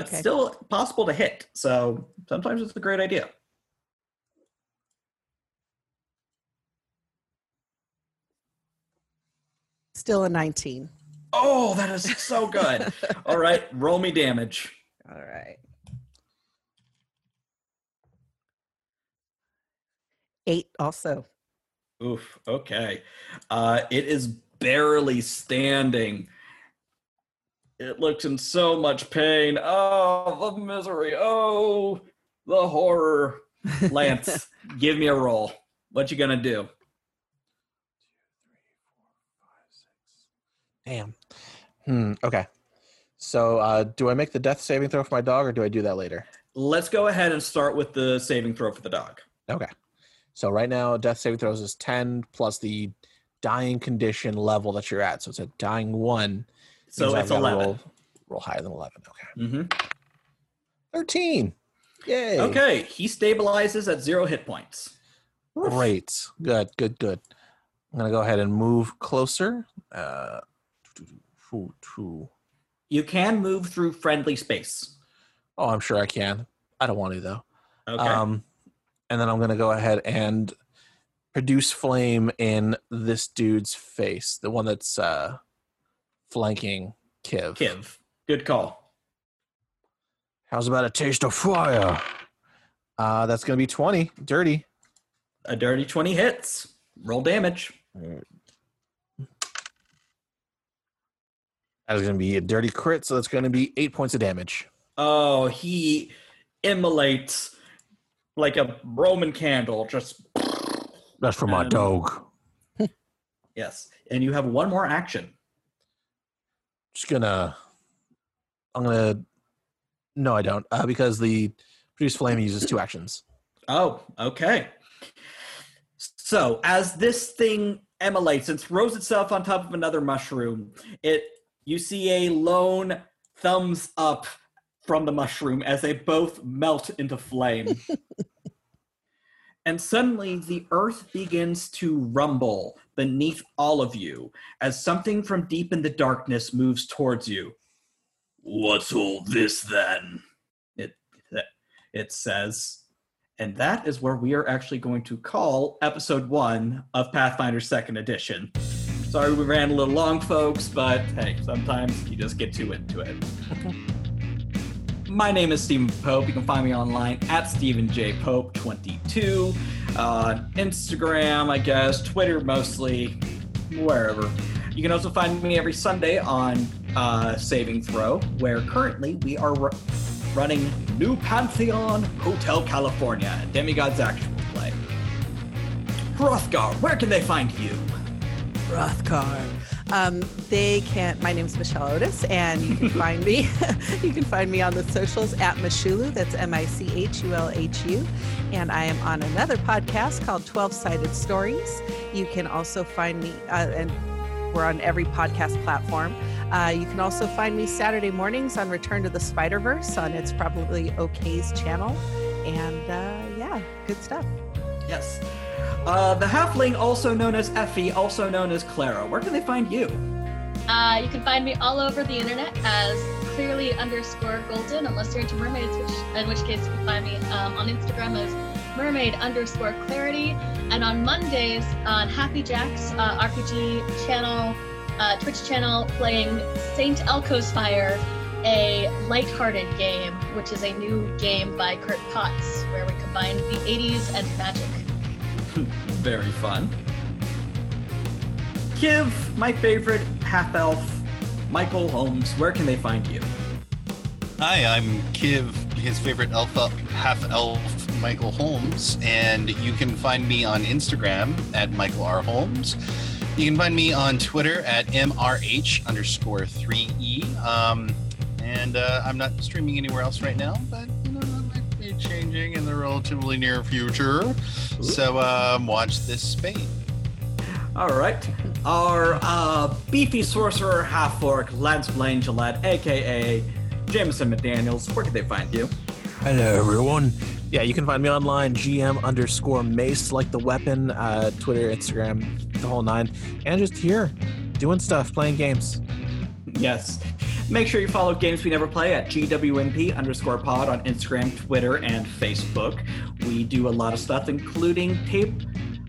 it's Okay. still possible to hit. So sometimes it's a great idea. Still a 19. Oh, that is so good. All right, roll me damage. All right. Eight also. Oof. Okay. Uh, it is barely standing. It looks in so much pain. Oh, the misery. Oh, the horror. Lance, give me a roll. What you gonna do? Damn. Hmm. Okay. So, uh, do I make the death saving throw for my dog, or do I do that later? Let's go ahead and start with the saving throw for the dog. Okay. So right now, death saving throws is ten plus the dying condition level that you're at. So it's a dying one. So means I've it's gotta eleven. Roll, roll higher than eleven. Okay. hmm Thirteen. Yay. Okay. He stabilizes at zero hit points. Great. Good. Good. Good. I'm gonna go ahead and move closer. Uh, two, two. You can move through friendly space. Oh, I'm sure I can. I don't want to though. Okay. Um, and then I'm going to go ahead and produce flame in this dude's face, the one that's uh, flanking Kiv. Kiv. Good call. How's about a taste of fire? Uh, that's going to be 20. Dirty. A dirty 20 hits. Roll damage. That is going to be a dirty crit, so that's going to be eight points of damage. Oh, he immolates like a Roman candle. Just That's for my Um, dog. yes, and you have one more action. Just going to. I'm going to. No, I don't. Uh, because the produce flame uses two actions. Oh, okay. So as this thing emulates and throws itself on top of another mushroom, it you see a lone thumbs up from the mushroom as they both melt into flame. and suddenly the earth begins to rumble beneath all of you as something from deep in the darkness moves towards you. What's all this then? It it says. And that is where we are actually going to call episode one of Pathfinder Second Edition. Sorry we ran a little long, folks, but hey, sometimes you just get too into it. My name is Stephen Pope. You can find me online at Stephen J. Pope22, uh, Instagram, I guess, Twitter mostly, wherever. You can also find me every Sunday on uh, Saving Throw, where currently we are ru- running New Pantheon Hotel California, a Demigod's actual play. Hrothgar, where can they find you? Rothgar. Um, they can't. My name's Michelle Otis, and you can find me. you can find me on the socials at Mishulu. That's M-I-C-H-U-L-H-U. And I am on another podcast called Twelve Sided Stories. You can also find me, uh, and we're on every podcast platform. Uh, you can also find me Saturday mornings on Return to the Spider Verse on it's probably OK's channel. And uh, yeah, good stuff. Yes. Uh, the halfling, also known as Effie, also known as Clara, where can they find you? Uh, you can find me all over the internet as clearly underscore golden, unless you're into mermaids, which in which case you can find me um, on Instagram as mermaid underscore clarity, and on Mondays on Happy Jack's uh, RPG channel, uh, Twitch channel, playing Saint Elko's Fire, a Lighthearted Game, which is a new game by Kurt Potts, where we combine the 80s and magic. Hmm, Very fun. Kiv, my favorite half elf, Michael Holmes, where can they find you? Hi, I'm Kiv, his favorite elf up, half elf, Michael Holmes, and you can find me on Instagram at Michael R. Holmes. You can find me on Twitter at MRH underscore 3E. Um, and uh, I'm not streaming anywhere else right now, but you know, that might be changing in the relatively near future. So um, watch this space. All right. Our uh, beefy sorcerer half orc, Lance Blaine Gillette, aka Jameson McDaniels, where can they find you? Hello, everyone. Yeah, you can find me online, GM underscore mace, like the weapon, uh, Twitter, Instagram, the whole nine. And just here, doing stuff, playing games. Yes. Make sure you follow Games We Never Play at GWNP underscore pod on Instagram, Twitter, and Facebook. We do a lot of stuff, including tape,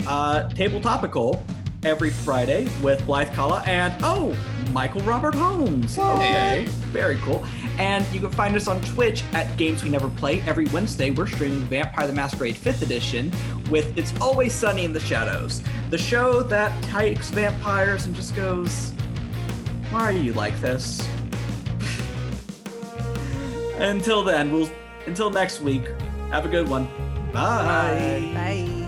uh, Table Topical every Friday with Blythe Kalla and, oh, Michael Robert Holmes. Okay. Very cool. And you can find us on Twitch at Games We Never Play. Every Wednesday, we're streaming Vampire the Masquerade 5th Edition with It's Always Sunny in the Shadows, the show that takes vampires and just goes, Why are you like this? until then, we'll, until next week, have a good one. Bye. Bye.